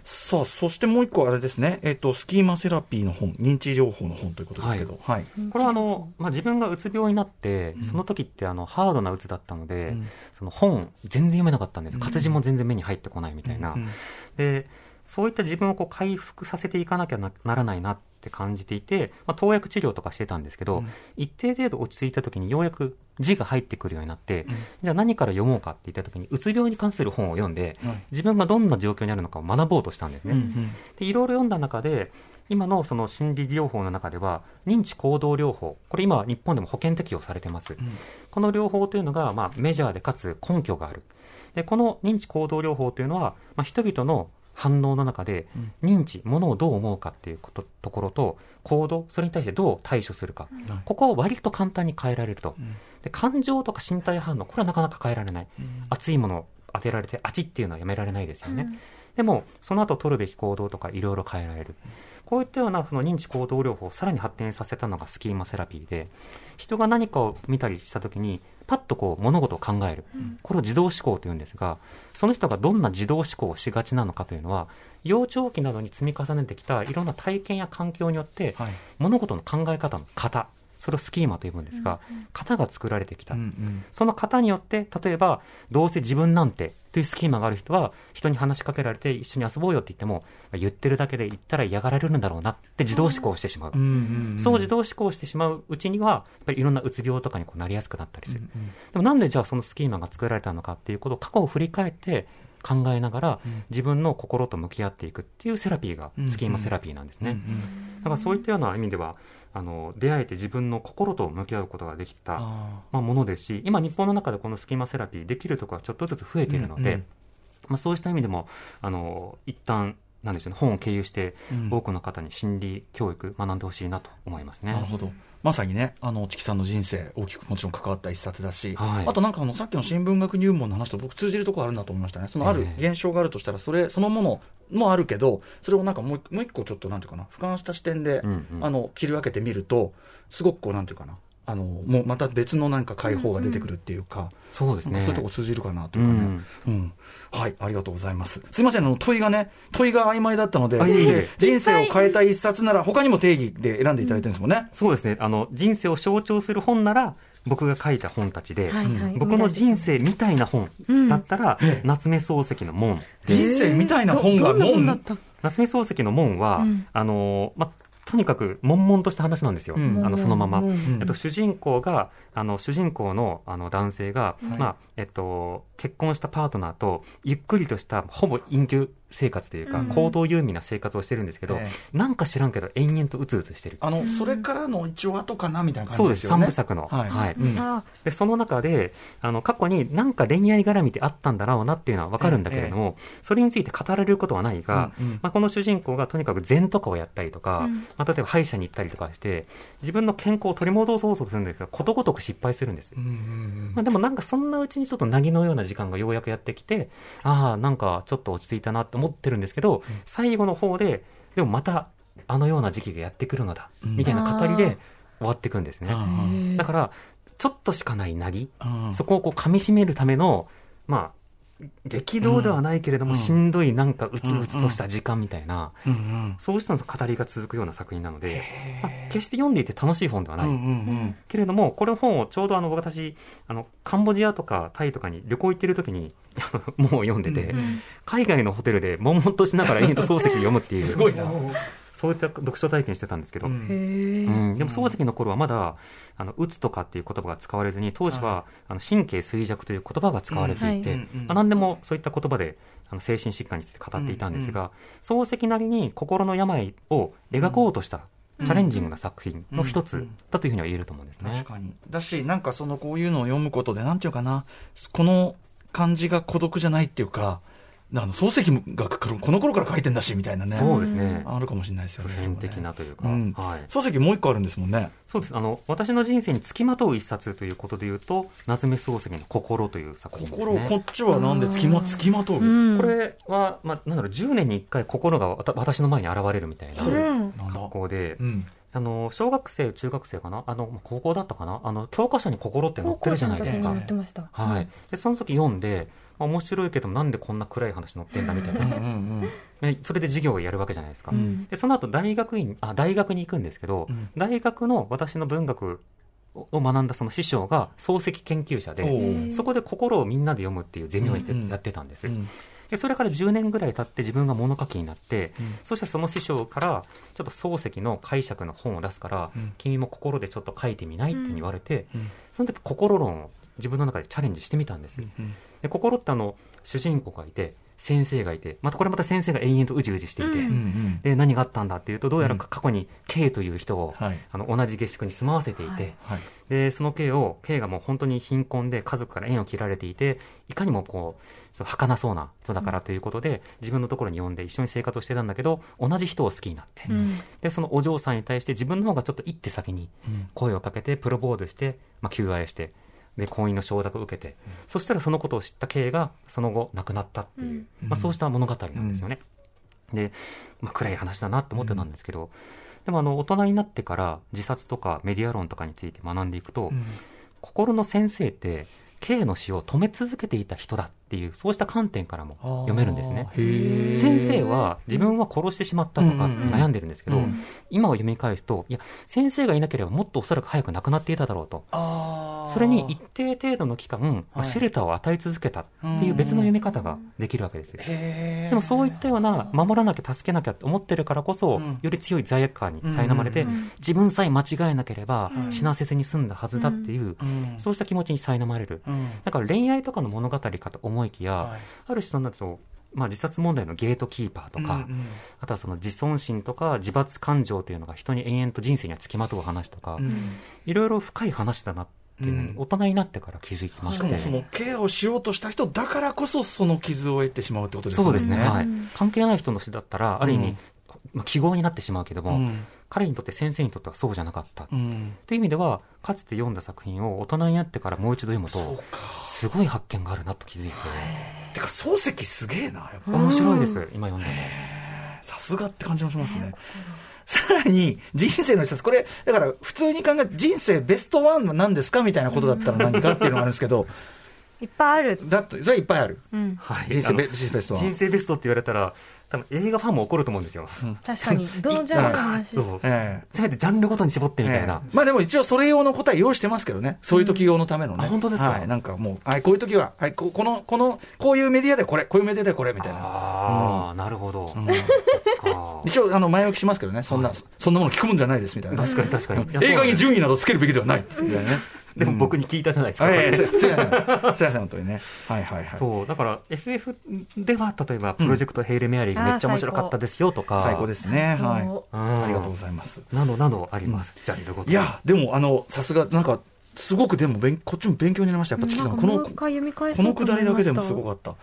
B: さあそしてもう一個あれですねえっ、とスキーマセラピーの本認知情報の本ということですけどはい、
D: これはあの、まあ、自分がうつ病になって、
B: うん
D: その時ってあのハードなうつだったので、
B: うん
D: その本全然読めなかったんです
B: うん
D: 活字も全然目に入ってこないみたいな、
B: うん
D: でそういった自分をこう回復させていかなきゃなならないなって感じていて、まあ、投薬治療とかしてたんですけど、
B: うん
D: 一定程度落ち着いた時にようやく字が入ってくるようになって、
B: ん
D: じゃあ何から読もうかって言った時にうつ病に関する本を読んで
B: はい
D: 自分がどんな状況にあるのかを学ぼうとしたんですね。
B: うんうん
D: でいろいろ読んだ中で今のその心理療法の中では認知行動療法これ今日本でも保険適用されてます、
B: ん
D: この療法というのがまあメジャーでかつ根拠があるでこの認知行動療法というのは、まあ、人々の反応の中で
B: うん
D: 認知、ものをどう思うかっていうことところと行動それに対してどう対処するか、
B: はい
D: ここを割と簡単に変えられると、
B: うん
D: で感情とか身体反応これはなかなか変えられない、
B: うん
D: 熱いものを当てられてあちっていうのはやめられないですよね、でもその後取るべき行動とかいろいろ変えられるこういったようなその認知行動療法をさらに発展させたのがスキーマセラピーで人が何かを見たりした時にパッとこう物事を考える、これを自動思考というんですがその人がどんな自動思考をしがちなのかというのは幼少期などに積み重ねてきたいろんな体験や環境によって
B: はい
D: 物事の考え方の型それをスキーマと呼ぶんですが、型が作られてきた、
B: うんうん
D: その方によって、例えば、どうせ自分なんてというスキーマがある人は、人に話しかけられて一緒に遊ぼうよって言っても、言ってるだけで言ったら嫌がられるんだろうなって自動思考してしまう
B: う。んん
D: そう自動思考してしまううちには、やっぱりいろんなうつ病とかにこうなりやすくなったりする。
B: うんうん
D: でもなんでじゃあそのスキーマが作られたのかっていうことを過去を振り返って考えながら
B: うん、
D: 自分の心と向き合っていくっていうセラピーが
B: うん、
D: スキーマセラピーなんです
B: うん。
D: ね
B: うん
D: だからそういったような意味では、あの、出会えて自分の心と向き合うことができた、
B: あ
D: まあ、ものですし今日本の中でこのスキマセラピーできるところはちょっとずつ増えているので、
B: うんうん
D: まあ、そうした意味でもあの一旦なんでしょうね本を経由して
B: うん
D: 多くの方に心理教育学んでほしいなと思います
B: ー
D: ね。
B: なるほどまさにね、あの、チキさんの人生、大きくもちろん関わった一冊だし、
D: はい
B: あとなんかあの、さっきの新聞学入門の話と僕通じるところあるなと思いましたね。そのある
D: ええ
B: 現象があるとしたら、それ、そのものもあるけど、それをなんかもう一もう一個ちょっとなんていうかな、俯瞰した視点で
D: うんうん
B: あの切り分けてみるとすごくこうなんていうかなあのもうまた別のなんか解放が出てくるっていうか、
D: そうです
B: なん
D: ね。
B: かそういうとこ通じるかなというかね、
D: うん
B: うんはいありがとうございますすいませんあの問いがね問いが曖昧だったので
D: あいえいえ
B: 人生を変えた一冊なら他にも定義で選んでいただいてるんですもんね、
D: そうですね。あの、人生を象徴する本なら、僕が書いた本たちで、
C: はいはい
D: 僕の人生みたいな本だったら、夏目漱石の門。
B: 人生みたいな本が
C: どどんな
B: も
C: 本
B: ん
C: だった
D: 夏目漱石の門は、
C: うん
D: あの、ま、とにかく、悶々とした話なんですよ。
B: うん
D: あの、そのまま。
C: うん
B: うん
D: えっと、主人公が、あの、主人公の、あの、男性が、
B: はい
D: まあ、えっと、結婚したパートナーと、ゆっくりとした、ほぼ隠居生活というか、
C: うん
D: 行動優美な生活をしてるんですけど、
B: え
D: なんか知らんけど、延々とうつうつしてる。
B: あのそれからの一応後かなみたいな感
D: そう
B: じ
D: で。
B: ですすよ
D: 三
B: ね
D: 部作の。
B: はい、
D: はい。
B: うん
C: あ
D: で、その中で、あの、過去になんか恋愛絡みってあったんだろうなっていうのはわかるんだけれども、それについて語られることはないが、
B: うんうん
D: まあ、この主人公がとにかく禅とかをやったりとか、まあ、例えば歯医者に行ったりとかして、自分の健康を取り戻そうとするんですが、ことごとく失敗するんです。
B: うんうん
D: まあ、でもなんかそんなうちにちょっと凪のような時間がようやくやってきて、ああ、なんかちょっと落ち着いたなって思ってるんですけど、最後の方で、でもまたあのような時期がやってくるのだ、
B: うん
D: みたいな語りで終わっていくんですね。
B: うんうん
D: だから、ちょっとしかない凪、
B: うん
D: そこをこう噛み締めるための、まあ、激動ではないけれども、
B: うん
D: しんどいなんかうつうつとした時間みたいな、
B: うんうん
D: そうしたのと語りが続くような作品なので、まあ決して読んでいて楽しい本ではない。
B: うんうんうん
D: けれども、この本をちょうどあの私、あの、カンボジアとかタイとかに旅行行ってる時に、 あのもう読んでて、
B: うん
D: 海外のホテルで悶々としながら永遠と漱石を読むっていう、
B: すごいな、
D: そういった読書体験してたんですけど、
B: うん
D: うん、でも漱石の頃はまだ、あの、うつとかっていう言葉が使われずに、当時は、あの、神経衰弱という言葉が使われていて、
B: うんはいうんうん
D: まあ、何でもそういった言葉で、あの、精神疾患について語っていたんですが、漱石なりに心の病を描こうとした、チャレンジングな作品の一
B: うんう
D: つ
B: ん
D: だというふうには言えると思うんですね。
B: 確かに。だし、なんかそのこういうのを読むことで、なんていうかな、この感じが孤独じゃないっていうか、あの漱石がこの頃から書いてんだし、みたいなね。
D: そうですね。
B: あるかもしれないですよ
D: 普
B: ね。
D: 遍的なというか、
B: うん
D: はい。
B: 漱石もう一個あるんですもんね。
D: そうです。あの、私の人生に付きまとう一冊ということで言うと、夏目漱石の心という作品ですね。
B: 心、こっちはなんでつきま、つきまとう。
E: うん
D: これは、まあ、なんだろう、10年に1回心がわた私の前に現れるみたいな
E: うん
B: なんだ
D: 学。校で
B: う、ん。
D: あの、小学生、中学生かなあの、高校だったかなあの、教科書に心って載
E: 高
D: ってる
E: 校
D: じ
E: 生
D: ゃな
E: の時
D: いです
E: に
D: か
E: 載っ。てました。
D: はい。で、その時読んで、まあ面白いけど、なんでこんな暗い話載ってんだみたい
B: うんう
D: な。
B: ん
D: ねそれで授業をやるわけじゃないですか
B: う。ん。
D: で、その後大学院、あ、大学に行くんですけど
B: うん、
D: 大学の私の文学をを学んだその師匠が漱石研究者
B: お
D: で、
B: う
D: そこで心をみんなで読むっていうゼミをやって
B: うん
D: やってたんです
B: う。ん
D: でそれから10年ぐらい経って自分が物書きになって、
B: うん
D: そしてその師匠からちょっと漱石の解釈の本を出すから、
B: うん
D: 君も心でちょっと書いてみないって言われて、
B: うん
D: その時心論を自分の中でチャレンジしてみたんで
B: う
D: す、
B: ん
D: で心ってあの主人公がいて先生がいてまたこれまた先生が延々とうじうじしていて、
E: う
B: うんうん。
D: で何があったんだっていうとどうやら
B: うん
D: 過去に K という人を、
B: はい。
D: あの同じ下宿に住まわせていて、
C: は
B: は
C: い
B: い。
D: でその K を K がもう本当に貧困で家族から縁を切られていていかにもこうちょっと儚そうな人だからということで、自分のところに呼んで一緒に生活をしてたんだけど同じ人を好きになって、
E: うん
D: でそのお嬢さんに対して自分の方がちょっと一手先に声をかけてプロポーズして、まあ、求愛をしてで婚姻の承諾を受けて、そしたらそのことを知った K がその後亡くなったっていう、
B: うん
D: まあ、そうした物語なんですよね。で、まあ、暗い話だなと思ってたんですけど、でもあの大人になってから自殺とかメディア論とかについて学んでいくと、
B: うん
D: 心の先生って K の死を止め続けていた人だっていうそうした観点からも読めるんですね
B: あ。ーへ
D: 先生は自分は殺してしまったとか
B: うんうんうん
D: 悩んでるんですけど、
B: うん
D: 今を読み返すといや先生がいなければもっとおそらく早く亡くなっていただろうと
B: あー
D: それに一定程度の期間、ま
B: は
D: あ
B: い
D: シェルターを与え続けたっていう別の読み方ができるわけですよ。
B: へー
D: でもそういったような守らなきゃ助けなきゃって思ってるからこそ、
B: うん
D: より強い罪悪感に苛まれて、
B: うんうんうん
D: 自分さえ間違えなければ
B: うん
D: 死なせずに済んだはずだっていう、
B: うん
D: そうした気持ちに苛まれる。
B: うん
D: だから恋愛とかの物語かと思いきや、
B: はい
D: ある種そんなそう、まあ、自殺問題のゲートキーパーとか、
B: うんうん
D: あとはその自尊心とか自罰感情というのが人に延々と人生にはつきまとう話とか、
B: うん
D: いろいろ深い話だなっていうの
B: う
D: に
B: ん
D: 大人になってから気づきまし、
B: してかもそのケアをしようとした人だからこそその傷を得てしまうってことですよね。
D: そうですね、は
E: う
D: い
E: ん
D: 関係ない人の死だったらある意味、
B: うん
D: まあ、記号になってしまうけども、
B: うん
D: 彼にとって先生にとってはそうじゃなかった、
B: う
D: っ
B: ん
D: ていう意味ではかつて読んだ作品を大人になってからもう一度読む
B: そう
D: と
B: か。
D: すごい発見があるなと気づいて
B: てか漱石すげえなやっぱ
D: 面白いです今読んでも。
B: さすがって感じもしますね。さらに、人生の一冊、これ、だから、普通に考えて、人生ベストワンは何ですかみたいなことだったら何かっていうのがあるんですけど、
C: いっぱいある。
B: だって、それはいっぱいある。
C: うん。
D: はい
B: 人生ベ
D: あの
B: 人生ベストワン
D: 人生ベストって言われたら、多分映画ファンも怒ると思うんですよ。
C: 確かに。どのジャンルの話。
D: そう。
B: ええ
D: せめてジャンルごとに絞ってみたいな
B: ええ。まあでも一応それ用の答え用意してますけどね。そういう時用のためのね。
D: あ本当ですか
B: はい。なんかもう、はい、こういう時は、はい、ここの、この、こういうメディアでこれ、こういうメディアでこれ、みたいな。
D: ああ、なるほど。
B: うん
D: あー
B: 一応、あの、前置きしますけどね。そんな、
D: はい
B: そんなもの聞くもんじゃないです、みたいな。
D: 確かに確かに。いや
B: 映画に
D: そう
B: 順位などつけるべきではない。みたいなね。
D: でも僕に聞いたじゃないですか。
B: ええ
D: これ
B: すすいません。 すいません、本当にね。はいはいはい。
D: そうだから SF では例えば「プロジェクトヘイレ・メアリー」がめっちゃ面白かったですよとか、
B: 最高ですすね。はい。あ
D: あ
B: りがとうご
D: い
B: ざいます。
D: ますなどなどあります、ジャンルごと
B: い
D: に
B: や、でも、あの、さすが、なんか、すごくでも勉、こっちも勉強になりました。やっぱ、チキさん、こ
C: も
B: の
C: う一、回読み返
B: このくだりだけでもすご
C: く。
B: かった。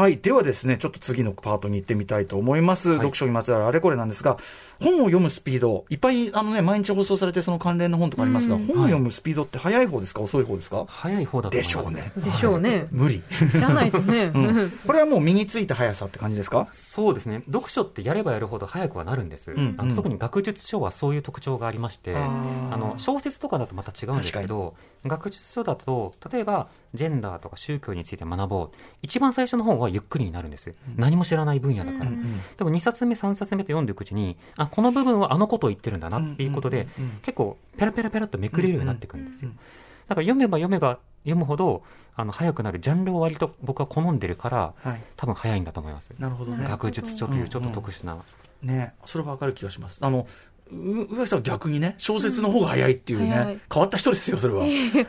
B: はい。ではですね、ちょっと次のパートに行ってみたいと思います。読書にまつわるあれこれなんですが、本を読むスピード、いっぱい、あのね、毎日放送されて、その関連の本とかありますが、
C: うん
B: 本を読むスピードって早い方ですか遅い方ですか
D: 早い方だと思い
B: で
D: ます
B: しょうね。
C: でしょうね。
B: 無理。
C: じゃないとね。
B: う
C: うん ん。
B: これはもう身についた速さって感じですか
D: そうですね読書ってやればやるほど早くはなるんです、
B: ん
D: あ
B: うん
D: の特に学術書はそういう特徴がありまして
B: あー
D: あの小説とかだとまた違うんですけど学術書だと例えばジェンダーとか宗教について学ぼう一番最初の本はゆっくりになるんです、何も知らない分野だから、
B: うん
D: でも2冊目3冊目と読んでいくうちにあこの部分はあのことを言ってるんだなっていうことで、
B: うんうんうんうん
D: 結構ペラペラペラっとめくれるようになっていくんです
B: うん
D: よ、
B: うん
D: だから読めば読めば読むほどあの早くなるジャンルを割と僕は好んでるから
B: はい。
D: 多分早いんだと思います
B: なるほどね。
D: 学術書というちょっと特殊な、
B: ねそれはわかる気がします。あの、う上木さんは逆にね、小説の方が早いっていうね、
C: うん早い
B: 変わった人ですよ、それは。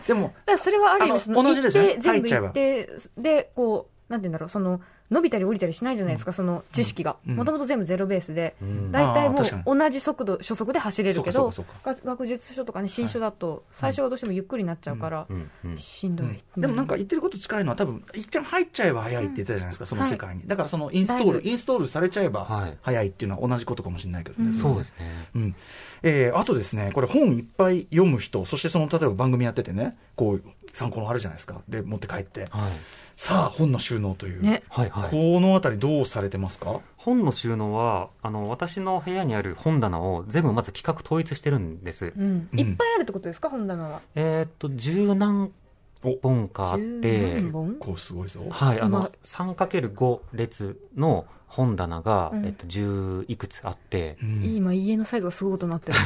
B: でも、
C: だからそれはある意
B: あの
C: 味、その
B: 同じですね
C: 一定全部
B: 入っ
C: 一定で、こう、なんて言うんだろう、その、伸びたり降りたりしないじゃないですか、その知識が。
B: うん
C: もともと全部ゼロベースで。
D: うん
C: 大体
B: あ
C: も
B: ー確か
C: う同じ速度、初速で走れるけ
B: そう
C: ど
B: かそうかそう、
C: 学学術書とかね、新書だと、最初はどうしてもゆっくりになっちゃうから
D: う、んうん
C: しんどい。
B: でもなんか言ってること近いのは多分、一旦入っちゃえば早いって言ってたじゃないですか、その世界に。だからそのインストー
C: だい
B: ル、
C: ぶ
B: インストールされちゃえ
D: は
B: ば
D: い
B: 早いっていうのは同じことかもしれないけどね。
D: そうですね
B: うんえーあとですね、これ本いっぱい読む人、そしてその例えば番組やっててね、こう、参考のあるじゃないですか。で、持って帰って。
D: はい
B: さあ、本の収納という。
C: ね
D: はいはい
B: このあたりどうされてますか
D: 本の収納はあの私の部屋にある本棚を全部まず企画統一してるんです、
C: うん、
B: うん
C: いっぱいあるってことですか、本棚は。
D: えーっと十何本かあって
C: 10何本
B: こうすごいぞ。
D: はい、あ
C: まあ
D: の、3×5 列の本棚が、
C: うん
D: えっと、10いくつあって
B: う、ん
C: 今、家のサイズがすごいことになってる。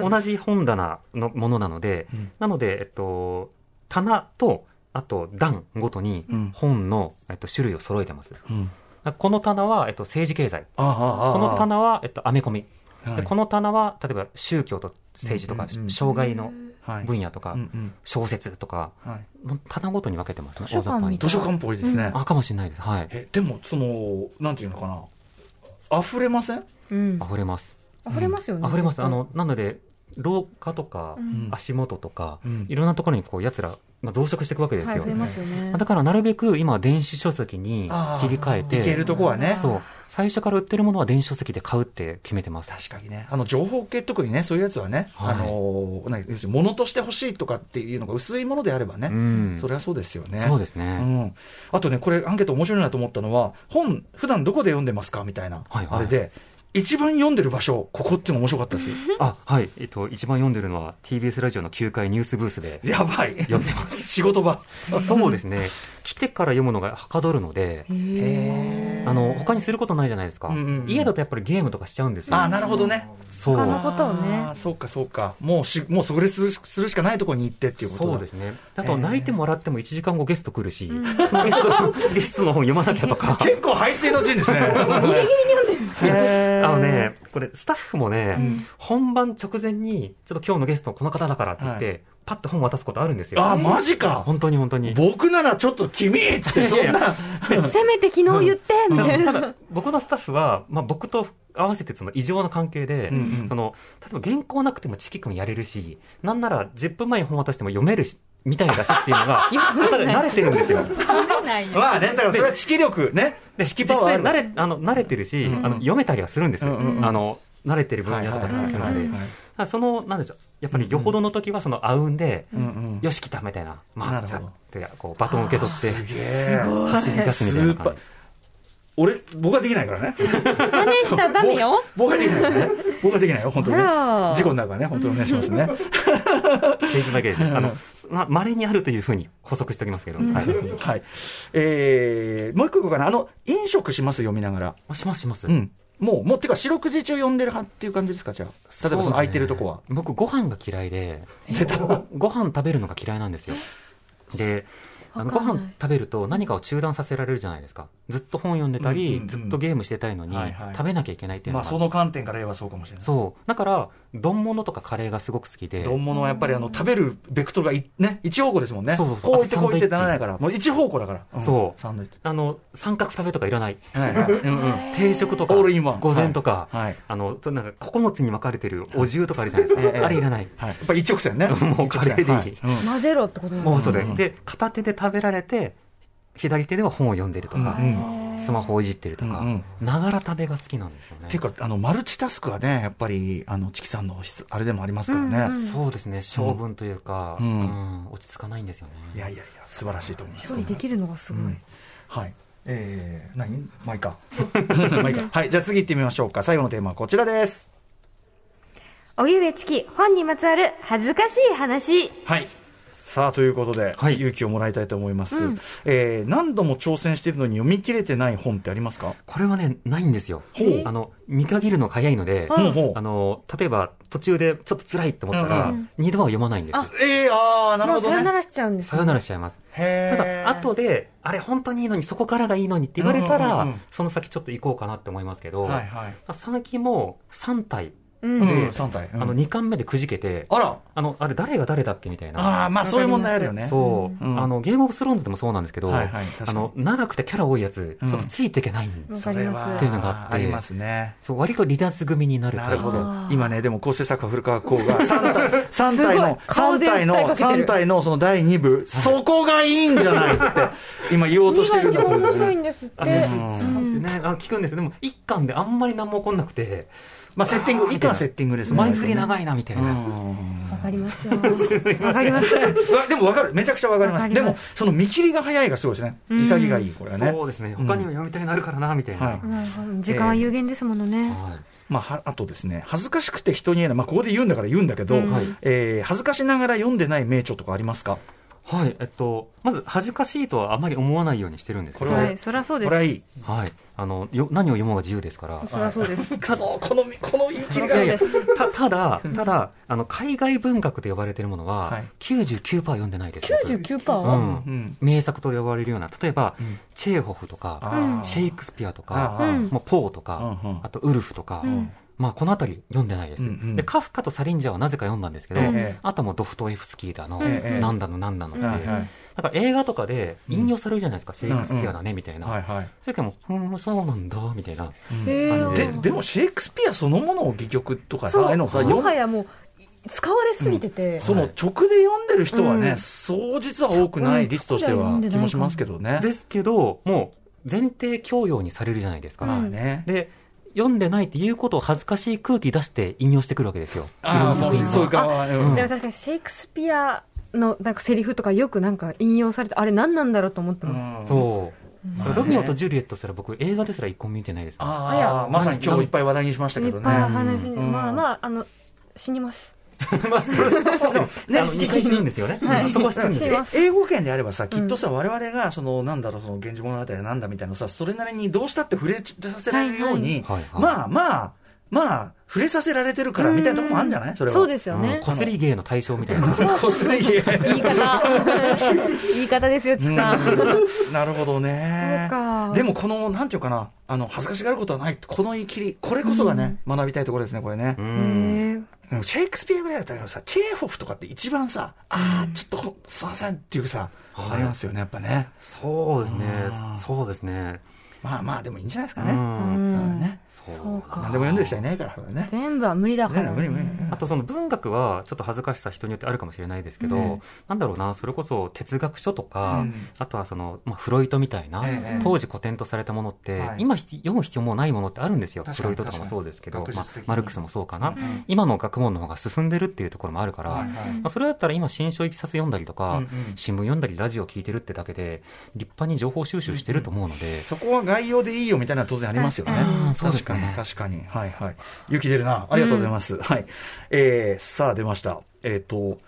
D: で、 同じ本棚のものなので
B: うん、
D: なので、えっと、棚と、あと段ごとに
B: うん
D: 本の、えっと、種類を揃えてます。
B: うん
D: この棚は、えっと、政治経済。
B: ああああ
D: この
B: あ
D: 棚は、えっと、アメコミ。
B: あ
D: でこの棚は、例えば宗教と政治とか
B: うんうんう、ん
D: 障害の
B: はい
D: 分野とか
B: う、ん
D: 小説とか、
B: うんはい
D: もう棚ごとに分けてますね、
C: 図書館
D: 大雑把に
C: みた
B: 図書館っぽいですね、
D: あ、かもしれないです。はい。
B: えでもそのなんていうのかな溢れません、
C: うん。
D: 溢れます。
C: 溢れますよね。
D: 溢れます。
C: 絶対
D: あ、の、なので、廊下とか
C: う、ん
B: うん
D: 足元とか、
B: うん
D: いろんなところにこう、奴ら、まあ、増殖していくわけです
C: はい、
D: よ。
C: 増えますよね。
D: だから、なるべく今、電子書籍に
B: あー
D: 切り替え
B: いける
D: て、
B: とこはね
D: そう、最初から売ってるものは電子書籍で買うって決めてます。
B: 確かにねあの情報系特にねそういうやつはね、
D: はい
B: あのなんか要するに物として欲しいとかっていうのが薄いものであればね、
D: うん。
B: それはそうですよね
D: そうです
B: う
D: ね。
B: ん、あとね、これ、アンケート面白いなと思ったのは、本、普段どこで読んでますかみたいな、
D: はいはい
B: あれで、一番読んでる場所、ここっていうの面白かったです。
D: あ、はい。えっと、一番読んでるのは TBS ラジオの9階ニュースブース で
B: やばい、
D: 読んでます。
B: 仕事場。
D: そうですね。来てから読むのがはかどるので、
B: へー
D: あの、他にすることないじゃないですか。
B: うんうんうん
D: 家だとやっぱりゲームとかしちゃうんですよ。
B: あーなるほどね。
D: そう。
C: 他のことをね
B: あーそうか、そうか。もうし、もうそれするするしかないところに行ってっていうことだ
D: そうですねあ
B: え
D: と
B: ー
D: 泣いてもらっても1時間後ゲスト来るし、そのゲストゲストの本読まなきゃとか
B: 結構排水の陣ですね。 ギリギリに読ん
D: あ
B: でる。
D: のねこれスタッフもね、
B: うん
D: 本番直前にちょっと今日のゲストこの方だからって言って、
B: は
D: パッと本渡すことあるんですよ
B: あー、マジか。
D: 本当に本当に
B: 僕ならちょっと君っつって、そ
D: い
B: ん
D: やい
B: な
D: や。
C: せめて昨日言って、みたい
D: た
C: な。
D: だ僕のスタッフは、まあ、僕と合わせてその異常な関係で、
B: うんうん
D: その例えば原稿なくてもチキ君やれるしなんなら10分前に本渡しても読めるしみたいだしっていうの が
C: 読めない
D: 慣れてるんですよ
B: まあね、だからそれは知識力ね。
D: で
B: 識パ
D: 実
B: ワーあ
D: 際
B: る
D: 慣れあの慣れてるし、
B: うん
D: あの読めたりはするんです
B: う
D: よ、
B: んうんうん
D: あの慣れてる分野とかにもするので、だからそのなんでしょうやっぱりよほどの時はそのあうんで、
B: うんうん
D: よし来たみたいな、ま
B: なる
D: あ、
B: ほ
D: じ
B: ど
D: ゃあってこうバトンを受け取って
B: すげえ。
D: 走り出すみたいな
B: スーパ
D: 感
B: ー
D: じ
B: 俺、僕はできない からね。
E: 真似したらダメよ。
B: 僕はできないからね。僕はできないよ、本当にね
E: あら。
B: 事故になるからね、本当にお願いしますね。
D: ケースバイケース。 あの、ま、稀にあるというふうに補足しておきますけど。はい。
B: はい。えー、もう一個いこうかな。あの、飲食します、読みながら。
D: あしますします。
B: うん。もう、もう、てか、四六時中読んでる派っていう感じですか、じゃあ。例えば、その空いてるとこは
D: そう。ですね僕ご飯が嫌いでご飯食べるのが嫌いなんですよであ
E: わ
D: のご
E: かんない
D: 飯食べると何かを中断させられるじゃないですかずっと本読んでたり、
B: うんうんうん
D: ずっとゲームしてたいのに、
B: はいはい
D: 食べなきゃいけないっていう
B: ま
D: の
B: あ、
D: が、
B: その観点から言えばそうかもしれない。
D: そうだから丼物とかカレーがすごく好きで
B: 丼物はやっぱりあの食べるベクトルがい、ね、一方向ですもんね。
D: そうそうそう
B: こういって
D: あ
B: こういって
D: サンドイッチ
B: ならないから。もう一方向だから。ん
D: そう
B: サンドイッチ。
D: あの三角食べとかいらない
B: はいはい。うんうん。
D: 定食とか
B: オールインワン
D: 午前とか、
B: はいはい
D: あのそうなんか9つに分かれてるお重とかあるじゃないです
B: え
D: か、
B: え
D: あれいらない
B: はい。やっぱ一直線 ね。
D: もうカレーでいい
B: 一直線はいうん
C: 混ぜろってことなんだ
D: もうそれ、
B: うん
D: で片手で食べられて左手では本を読んでるとか、
B: うん
D: スマホをいじってるとか
B: うん
D: ながら食べが好きなんですよね
B: ていうか、あの、マルチタスクはね、やっぱり、あの、チキさんの必須あれでもありますからね。
E: うんうん
D: そうですね性分というか、
B: う
D: うんん落ち着かないんですよね
B: いやいやいや、素晴らしいと思いま
C: 一
B: す。
C: 人できるのがすごい、
B: うんはい。えー、何まあい いか。まあいいか。はい。じゃあ次行ってみましょうか。最後のテーマはこちらです。
E: おゆえちき、本にまつわる恥ずかしい話。
B: はい。さあ、ということで、
D: はい
B: 勇気をもらいたいと思います、えー何度も挑戦しているのに読み切れてない本ってありますか
D: これはねないんですよ
B: ほう
D: あの見限るのが早いので、
B: ほうほう
D: あの例えば途中でちょっと辛いって思った
B: う
D: ら、
B: んう
D: 二度は読まないんですよ
B: えー、ああ、なる
C: も
B: ほど
C: うさよな
B: ね。
C: らしちゃうんです
D: さよならしちゃいます
B: へ
D: た
B: ー
D: だ後であれ本当にいいのにそこからがいいのにって言われたら、
B: うんうんうん
D: その先ちょっと行こうかなって思いますけど、
B: はいはい。
D: 最近も3体、
C: うん
B: うん、
D: で
B: 3体。うん
D: あの2巻目でくじけて
B: あら、
D: あのあれ誰が誰だっけみたいな
B: ああ、まあそういう問題あるよね。
D: そう、
B: うん
D: あのゲームオブスローンズでもそうなんですけど、
B: はいはい確かに
D: あの長くてキャラ多いやつ、
B: うん
D: ちょっとついていけないんです、
C: わ
B: そ
C: か
B: れ
C: り
B: は
C: ま
D: っていうのがあって
B: ありますね。
D: そう割と離脱組になる
B: な
D: タイ
B: る
D: プ
B: ほど
E: あ。ー
B: 今ね、でも構成作家古川光が3体、三体
C: すごい
B: の、
C: 顔
B: 三
C: で
B: 体
C: 訴え
B: の、
C: かけて
B: 三
C: る
B: 体のその第2部、そこがいいんじゃないって、今言おうと
C: す
B: して
C: 2
B: るんだ
C: が一
B: と
C: 番
B: 思うんですよ
C: 面白い
B: ね。
C: んですって、
D: あ
C: うん
D: ね、あ聞くんですよでも一巻であんまり何も起こんなくて
B: まあセッティング、いかんセッティングですもん
D: 前振り長いなみたいな、
C: わかりますよわかります
B: わでも分かる、めちゃくちゃ分かりま
E: わ
B: す。
E: かり
B: で
E: ます
B: も、その見切りが早いがすごいですね。潔がいい、これはね。
D: そうですね
B: うん
D: 他にも読みたいのあるからなみたいな、
B: はい
E: なるほど。時間は有限ですものね。
D: はい
B: まあ、はあとですね、恥ずかしくて人に言えない、まあ、ここで言うんだから言うんだけど、
E: うんはい
B: えー恥ずかしながら読んでない名著とかありますか
D: はいえっと、まず恥ずかしいとはあまり思わないようにしてるんですけど、
B: これ
D: は
E: はいい、そりゃそうで
B: これは
E: す。
B: いい。
D: あのよ何を読もうが自由ですから、
C: そりゃそうです
B: くそこの、この言い切り
D: い
B: が
D: やいやたただ、ただあの、海外文学と呼ばれてるもの
B: は、
D: はい99%読んでないです、僕
C: 99%、
D: う
C: は
D: ん
B: うん
D: 名作と呼ばれるような、例えば、
B: うん
D: チェーホフとか、
B: あー
D: シェイクスピアと
B: あ
D: か、
B: ー
E: うん
D: もうポーとか、
B: うんうん
D: あとウルフとか、
E: うん
D: まあ、この辺り読んでないです、
B: うんうん
D: で。カフカとサリンジャーはなぜか読んだんですけど、
B: ええ
D: あとはもうドフトエフスキーだの、
B: ええ
D: なんだのなんだのって、
B: はいはい
D: だから映画とかで引用されるじゃないですか、シェイクスピアだねみたいな。
B: はいはい
D: それからもう、うん、そうなんだ、みたいな。
C: え
D: うん
B: で
C: ー、
B: でもシェイクスピアそのものを戯曲とかさ
C: そ
B: ああいう
C: う
B: のをさ
C: もは
B: 読ん
C: やもう使われすぎてて、
B: その直で読んでる人はね、
C: うん
B: そう実は多くない率としては気もしますけどね。
D: ですけど、もう前提教養にされるじゃないですか。
B: まあね。
D: で、読んでないっていうことを恥ずかしい空気出して引用してくるわけですよ。
B: ああ、
D: うん
B: そうそうか。うん
C: でも確かにシェイクスピアのなんかセリフとかよくなんか引用されてあれ何なんだろうと思ってます、
B: うん
D: そう。
B: まあね
D: ロミオとジュリエットすら僕映画ですら一個も見てないですから。
C: あい
B: ああ
C: や、
B: まさに今日いっぱい話題にしましたけ
C: い
B: ど
C: っぱい
B: ね。
C: 話に、
B: うん
C: まあまああの死にます
D: まあ、それして
B: ね
D: ね、理解してるんですよね。
C: はい
D: うんそこはしてるんです
C: 知り
D: よ
C: ま。
B: え英語圏であればさ、きっとさ、我々が、その、なんだろう、その、源氏物語なんだみたいなさ、それなりにどうしたって触れさせられるように、
D: はいはいはいはい
B: まあまあ、まあ、触れさせられてるからみたいなところもあるんじゃないそれは。。
C: そうですすよね、
D: こすり芸の対象みたいな。
B: こすり芸
C: 言い 方言い方ですよちくさん、
B: うんなるほどね
C: そうか
B: でもこのなんていうかなあの恥ずかしがることはないこの言い切りこれこそがね、学びたいところですねこれね
D: う、ん。
C: へー
B: でもシェイクスピアぐらいだったらさチェーホフとかって一番さああちょっとこすいませんっていうさ、
D: はい
B: ありますよねやっぱね
D: そうですね
B: うん。
D: そうですね。
B: まあまあでもいいんじゃないですか
D: う
B: ね、
D: ん。
B: うんね
E: そうか
B: 何でも読んでる人いないからね。ね
E: 全部は無理だから
B: 無理無理。
E: ね
D: あとその文学はちょっと恥ずかしさ人によってあるかもしれないですけど、
B: うん
D: なんだろうな、それこそ哲学書とか、
B: うん
D: あとはその、まあ、フロイトみたいな、
B: ええ
D: 当時古典とされたものって、
B: はい
D: 今ひ読む必要もないものってあるんですよ。
B: 確か
D: フ
B: に
D: ロイトとかもそうですけど、
B: 確か
D: ま
B: に学
D: あ
B: 術的に
D: マルクスもそうかな、
B: うん
D: 今の学問の方が進んでるっていうところもあるから、
B: はい
D: ま
B: はい
D: あ、それだったら今新書一冊読んだりとか、
B: うんうん
D: 新聞読んだりラジオ聞いてるってだけで、立派に情報収集してると思うので、
B: そこは概要でいいよみたいなのは当然ありますよね
D: うん。うんそう
B: 確
D: です
B: かに
D: ね、
B: 確かに。はいはい。勇気出るな。ありがとうございます。はい。えー、さあ出ました。えっ、と、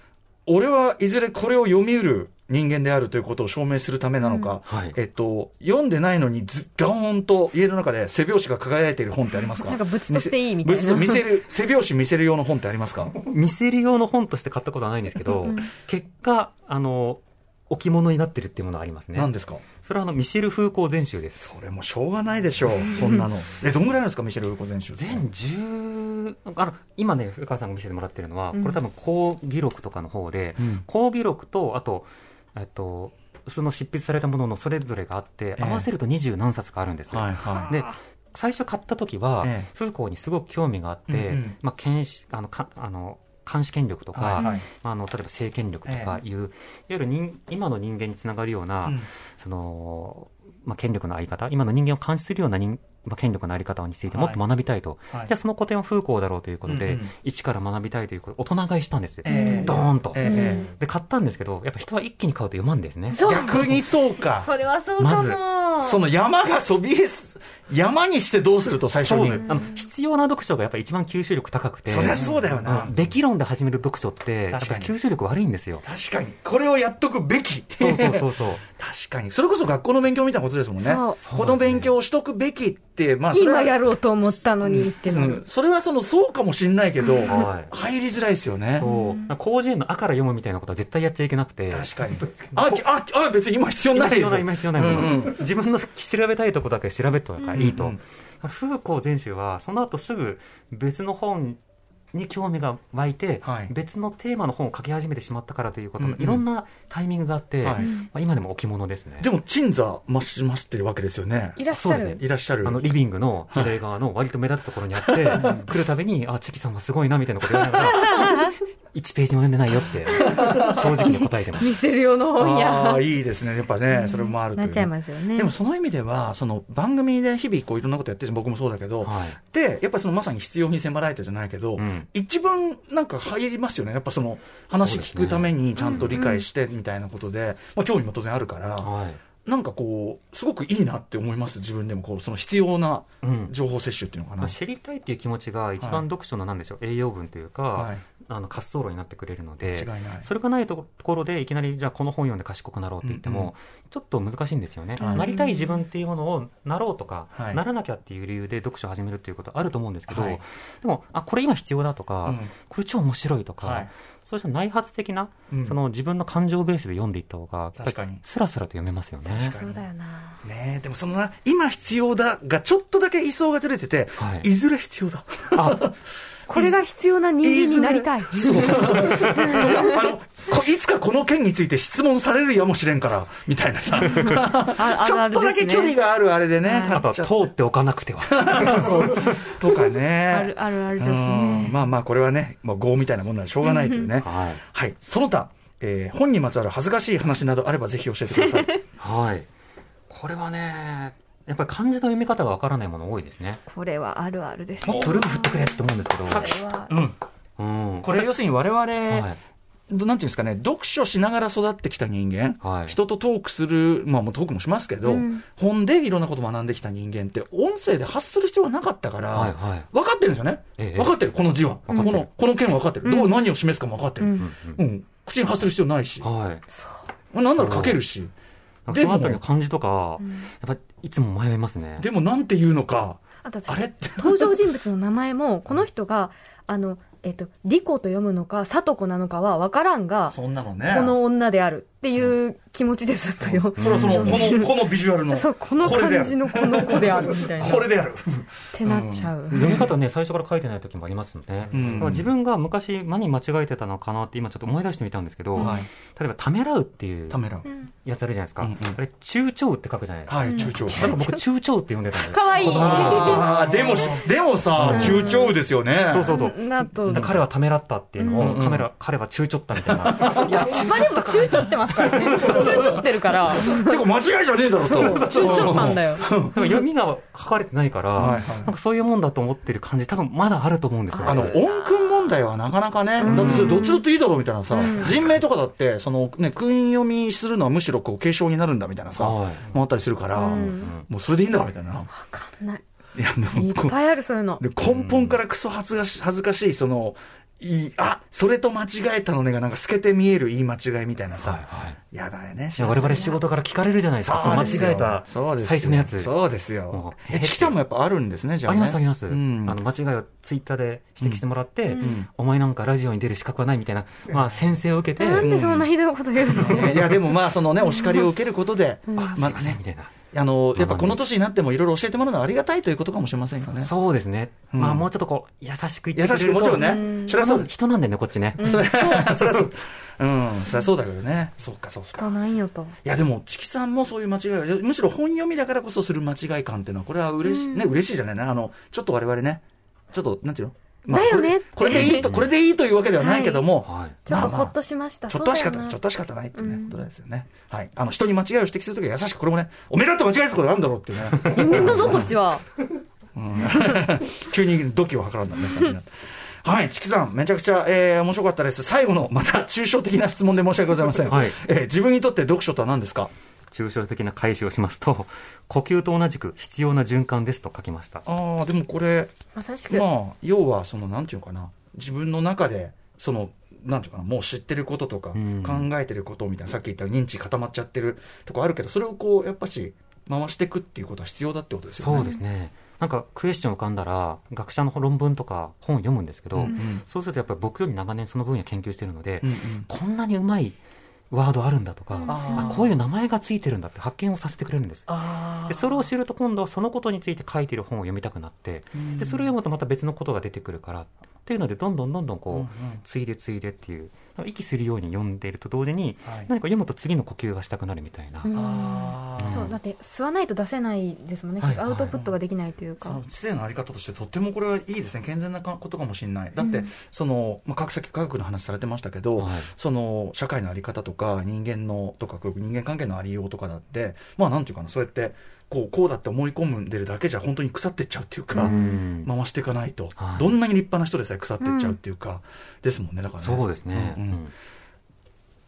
B: 俺はいずれこれを読みうる人間であるということを証明するためなのか、
D: うんはい
B: えっ、と、読んでないのにず、ガーンと家の中で背表紙が輝いている本ってありますか
C: なんか物としていいみたいな
B: 物と見せる、背表紙見せる用の本ってありますか
D: 見せる用の本として買ったことはないんですけど、結果、あの、置物になってるっていうものはありますね。
B: 何ですか
D: それはあのミシェル・フーコー全集です。
B: それもしょうがないでしょう、そんなの。え、どんぐらいなんですか、ミシェル・ウルコ全集。
D: 全10あの今ね、古川さんが見せてもらってるのは、これ多分、講義録とかの方で、
B: うん
D: 講義録と、あと、えっと、その執筆されたもののそれぞれがあって、
B: え
D: 合わせると二十何冊かあるんですよ。
B: はいはい。
D: で最初買った時は、
B: ええ
D: フーコーにすごく興味があって、
B: うんうん
D: まあ、権視あのかあの監視権力とか、
B: はいはい
D: まあ、あの例えば政権力とかいう、いわゆる人今の人間につながるような、
B: うん
D: その、まあ、権力のあり方、今の人間を監視するような人、まあ、権力のあり方についてもっと学びたいと。
B: はい
D: じゃあその古典は風光だろうということで、
B: うんうん
D: 一から学びたいということ、大人買いしたんですよ。
B: ええ
D: ドーンと、
B: ええ
D: で、買ったんですけど、やっぱ人は一気に買うと読まんですね。
B: 逆にそうか。
E: それはそう
D: ま
E: か
D: ず
E: も
B: その山がそびえす、山にしてどうすると最初
D: そう
B: に
D: です。。あの、必要な読書がやっぱ一番吸収力高くて。
B: そりゃそうだよな
D: うんべき論で始める読書って、やっ
B: 確
D: ぱ
B: かに
D: 吸収力悪いんですよ。
B: 確かに。これをやっとくべき。
D: そうそうそうそう。
B: 確かに。それこそ学校の勉強みたいなことですもんね。
E: そう
B: この勉強をしとくべきって、まあ、それは
C: 今やろうと思ったのにって
B: う
C: なる
B: んそれはその、そうかもしんないけど、
D: はい
B: 入りづらいですよね。
D: そう。広辞苑の「あ」から読むみたいなことは絶対やっちゃいけなくて。
B: 確かに。あ、あ、あ、別に今必要ないです。
D: 今必要ない、今必要な
B: うん
D: いもの、
B: うん
D: 自分の調べたいとこだけ調べとかいいと。
B: うんう
D: 風
B: ん
D: 光全集は、その後すぐ別の本に興味が湧いて、
B: はい
D: 別のテーマの本を書き始めてしまったからということの、
B: うんうん
D: いろんなタイミングがあって、
B: はい
D: まあ、今でも置物ですね。
B: でも、鎮座ましましてるわけですよね。
E: いらっしゃ
D: そうです
E: る
D: ね
B: いらっしゃる。
D: あのリビングの左側の割と目立つところにあって、来るたびに、あ、チキさんはすごいなみたいなこと言われながら、1ページ も読んでないよって、正直に答え てます。
C: 見せる用の本
B: あ
C: や
B: あ、いいですね。やっぱね、それもあるという
C: なっ
B: ね。
C: ちゃいますよね
B: でもその意味では、その番組で日々こういろんなことやってるし、僕もそうだけど、
D: はい
B: で、やっぱそのまさに必要に迫られたじゃないけど、
D: うん
B: 一番なんか入りますよね。やっぱその話聞くためにちゃんと理解してみたいなことで、まあ興味も当然あるから、
D: はい
B: なんかこう、すごくいいなって思います。自分でもこう、その必要な
D: うん
B: 情報摂取っていうのかな。
D: まあ、知りたいっていう気持ちが一
B: はい
D: 番読書のなんでしょう、栄養分というか、
B: はい
D: あの滑走路になってくれるので
B: 違いない
D: それがないところでいきなりじゃあこの本読んで賢くなろうって言っても、
B: うんうん
D: ちょっと難しいんですよね、
B: はい
D: なりたい自分っていうものをなろうとか、
B: はい
D: ならなきゃっていう理由で読書を始めるっていうことあると思うんですけど、
B: はい
D: でもあこれ今必要だとか、
B: うん
D: これ超面白いとか、
B: はい
D: そうした内発的な、
B: うん
D: その自分の感情ベースで読んでいった方が
B: 確かに
D: スラスラと読めますよね。
B: 確か
E: そうだよな
B: にねえでもそのな、今必要だがちょっとだけ位相がずれてて、
D: はい
B: い、ずれ必要だ。
D: あ
C: これが必要な人間になりたい
B: そう。とか あのこいつかこの件について質問されるやもしれんから、みたい なさ。
C: あ
B: ちょっとだけ距離があるあれでね、買
D: あと
B: っ
D: は
B: ち
D: 通
B: ゃう
D: っておかなくては。
B: とかね。
C: あるあるあるです
B: うん
C: ね
B: まあまあ、これはね、まあ、業みたいなもんなんでしょうがないというね。
D: はい
B: はい。その他、えー本にまつわる恥ずかしい話などあればぜひ教えてください。
D: はい。これはね、やっぱり漢字の読み方がわからないもの多いですね。
C: これはあるあるです
D: もっとループ振ってくれって思うんですけど。
B: うん。
D: うん。
B: これ要するに我々、
D: はい。
B: どなんていうんですかね、読書しながら育ってきた人間、
D: はい
B: 人とトークする、まあもうトークもしますけど、本でいろんなこと学んできた人間って、音声で発する必要はなかったから、
D: はいはい
B: 分かってるんですよね。
D: ええ
B: 分かってる、この字は。こ
D: 分かってる
B: の、この件は分かってる。どう、何を示すかも分かってる。うん。口に発する必要ないし、
D: はい。
B: なんなら書けるし、
D: なんか
B: で
D: その
B: も
D: あたりの漢字とか、やっぱいつも迷いますね。
B: でもなんて言うのか、
C: あと私
B: あれって。
C: 登場人物の名前もこの人があのえっと、リコと読むのか、サトコなのかは分からんが、
B: そんなのね。
C: この女であるっていう気持ちでずっとよ。
B: それはその、この、このビジュアルの。
C: そう、この
B: れであ
C: 感
B: る
C: じのこの子であるみたいな。っ
B: これである。
C: てなっちゃう。
D: 読み方ね、最初から書いてない時もありますよね。
B: うん
D: だから自分が昔、何間違えてたのかなって今ちょっと思い出してみたんですけど、
B: はい。
D: 例えば、ためらうっていう
B: ためらう。
D: やつあるじゃないですか。
B: うんうん
D: あれ、中長って書くじゃないですか。
B: はい、中長。
D: なんか僕、中長って呼んでたんです
C: かわいい。
B: ああ、でもし、でもさ、中長ですよね。
D: そうそうそう。
C: なと。
D: だから彼はためらったっていうのを、
B: うん
D: カメラ彼は中ちょったみたい な。いや、中
C: まあでも、中ちょってますからね。中ちょってるから。
B: てか間違いじゃねえだろ
C: そう、中
B: と。
C: ちょったんだ
B: よ。
C: よ。
D: でも読みが書かれてないから、
B: はいはい
D: なんかそういうもんだと思ってる感じ、多分まだあると思うんですよ。
B: あの、音訓問題はなかなかね、だってそれどっちだっていいだろうみたいなさ、人名とかだって、そのね、訓読みするのはむしろこう継承になるんだみたいなさ、
D: はい
B: もあったりするから、
D: ん
B: もうそれでいいんだみたいな。
C: ない
B: いや、でも
C: いっぱいある、そういうの。
B: で根本からクソ恥ずかし恥ずかしい、その、いいあそれと間違えたのねが、なんか透けて見える言い間違いみたいなさ、
D: はい
B: やだよね、
D: いや我々仕事から聞かれるじゃないですか、その間違えた
B: そうですよ
D: 最初のやつ。
B: そうです
D: も
B: よ
D: う。
B: え、チキさんもやっぱあるんですね、じゃ
D: あ
B: あ、
D: り
B: ね。
D: ますあります、
B: うん
D: あの間違いをツイッターで指摘してもらって、
B: ん
D: お前なんかラジオに出る資格はないみたいな、まあ、先生を受けて、
C: なんでそんなひどいこと言うの
B: ねいや、でもまあ、そ のね、お叱りを受けることで、
D: あすいませんみたいな、
B: あの、やっぱこの年になってもいろいろ教えてもらうのはありがたいということかもしれませんよね。
D: そうですね、
B: うん
D: まあ、もうちょっとこう優しく言
B: 優
D: ってく
B: し
D: れ
B: く、
D: ると
B: もちろんね。そりゃそう、
D: 人なんでねこっちね、
B: そりゃ そりゃそう。うん、そりゃそうだけどね。そうか、そうか。
C: とないよと。
B: いやでも、チキさんもそういう間違いが、むしろ本読みだからこそする間違い感っていうのは、これは嬉しい、ね、嬉しいじゃないな、あの、ちょっと我々ね、ちょっと、なんていうの、まあ
C: だよねって
B: これこれでいいと、これでいいというわけではないけども、
D: はい、
C: ちょ
B: ま
C: っと
B: あまあ
C: ほっとしました。
B: ちょっとは仕
C: そうだ
B: 方
C: よ
B: ない、
C: な
B: ちょっとは仕方ないっていうね、ことですよね。はい。あの、人に間違いを指摘するときは優しく、これもね、おめえだって間違えたことなんだろうっていうね。
C: 人間だぞ、こっちは。
B: 急に度胸を測らんだみたいな感じになって。はい、チキさん、めちゃくちゃ、えー、面白かったです。最後の、また、抽象的な質問で申し訳ございません。
D: はい
B: えー自分にとって読書とは何ですか
D: 抽象的な解釈をしますと、 呼吸と同じく必要な循環ですと書きました。
B: ああ、でもこれ、
C: まさしく。
B: まあ、要は、その、なんていうのかな、自分の中で、その、なんていうのかな、もう知ってることとか、
D: うん
B: 考えてることみたいな、さっき言った認知固まっちゃってるとこあるけど、それをこう、やっぱし、回していくっていうことは必要だってことですよね。
D: そうですね。なんかクエスチョン浮かんだら、学者の論文とか本読むんですけど、
B: うんうん
D: そうするとやっぱり僕より長年その分野研究してるので、
B: うんうん
D: こんなにうまいワードあるんだとか、
B: あ
D: あ
B: ー
D: こういう名前がついてるんだって発見をさせてくれるんです。
B: あ
D: でそれを知ると今度はそのことについて書いている本を読みたくなって、
B: ん
D: でそれを読むとまた別のことが出てくるからっていうのでどんどんどんどんこう、
B: うんうん
D: ついでついでっていうなんか息するように読んでいると同時に、
B: はい
D: 何か読むと次の呼吸がしたくなるみたいな、
C: うん
B: あー
C: そう、だって吸わないと出せないですもんね。
D: はい
C: アウトプットができないという
B: その
C: か。
B: 知性のあり方としてとってもこれはいいですね健全なかことかもしれないだって、
C: うん
B: その、まあ、科学的科学の話されてましたけど、
D: はい
B: その社会のあり方とか人間のとかこう人間関係のありようとかだってまあなんていうかなそうやってこうこうだって思い込んでるだけじゃ本当に腐ってっちゃうっていうか、
D: うん
B: 回していかないと、
D: はい
B: どんなに立派な人でさえ腐ってっちゃうっていうか、ですもんねだからね
D: そうですね、
B: うんうん
D: うん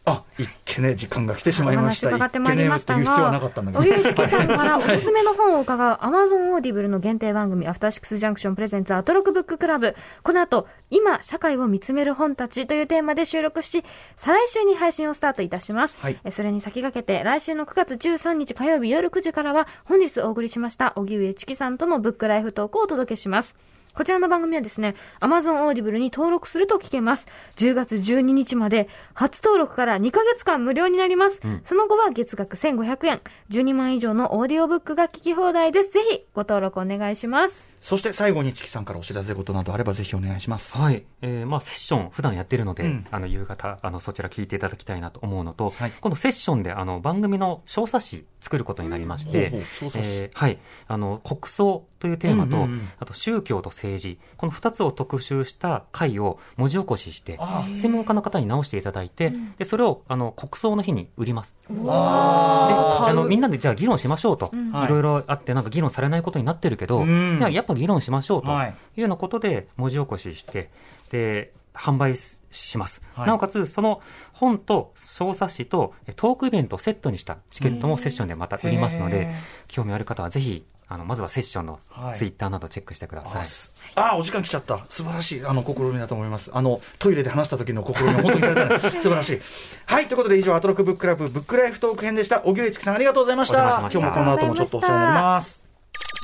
B: あいっけね時間が来てしまいました
C: お話伺
B: い
C: っ
B: ってけ
C: まいり
B: ね
C: ま
B: っ
C: してた
B: 言う必要はなか
C: が
B: ったんだ、けど
C: おゆうちきさんからおすすめの本を伺う Amazon オーディブルの限定番組、アフターシックスジャンクションプレゼンツアトロクブッククラブ。この後、今、社会を見つめる本たちというテーマで収録し、再来週に配信をスタートいたします。
B: はい
C: えそれに先駆けて、来週の9月13日火曜日夜9時からは、本日お送りしました、荻上チキさんとのブックライフトークをお届けします。こちらの番組はですね、Amazon Audible に登録すると聞けます。10月12日まで、初登録から2ヶ月間無料になります。その後は月額1500円、12万以上のオーディオブックが聞き放題です。ぜひ、ご登録お願いします。
B: そして最後にチキさんからお知らせことなどあればぜひお願いします
D: はい、えーまあセッション普段やってるので、
B: うん
D: あの夕方あのそちら聞いていただきたいなと思うのと、
B: はい
D: 今度セッションであの番組の小冊子作ることになりまして、
B: ほうほう小冊子
D: えーはい、あの国葬というテーマと、
B: うんうんうん
D: あと宗教と政治この2つを特集した回を文字起こしして
B: あ
D: 専門家の方に直していただいて、でそれをあの国葬の日に売ります。であのみんなでじゃあ議論しましょうと、
B: はい
D: いろいろあってなんか議論されないことになってるけど、
B: うん
D: いややっぱ議論しましょうと
B: はい
D: いうようなことで文字起こししてで販売すします、
B: はい
D: なおかつその本と小冊子とえトークイベントをセットにしたチケットもセッションでまた売りますの
B: へ
D: で
B: ー
D: 興味ある方はぜひあのまずはセッションの
B: はい
D: ツイッターなどチェックしてください、
B: あすあーお時間来ちゃった素晴らしいあの試みだと思いますあのトイレで話した時の試みは本当にされた 素晴らしいはいということで以上アトロックブッククラブブックライフトーク編でした荻上チキさんありがとうございました
D: お邪魔しま
B: 今
D: した
B: 日もこの後もちょっとお世話になります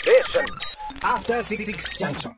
F: Station. After Six Junction.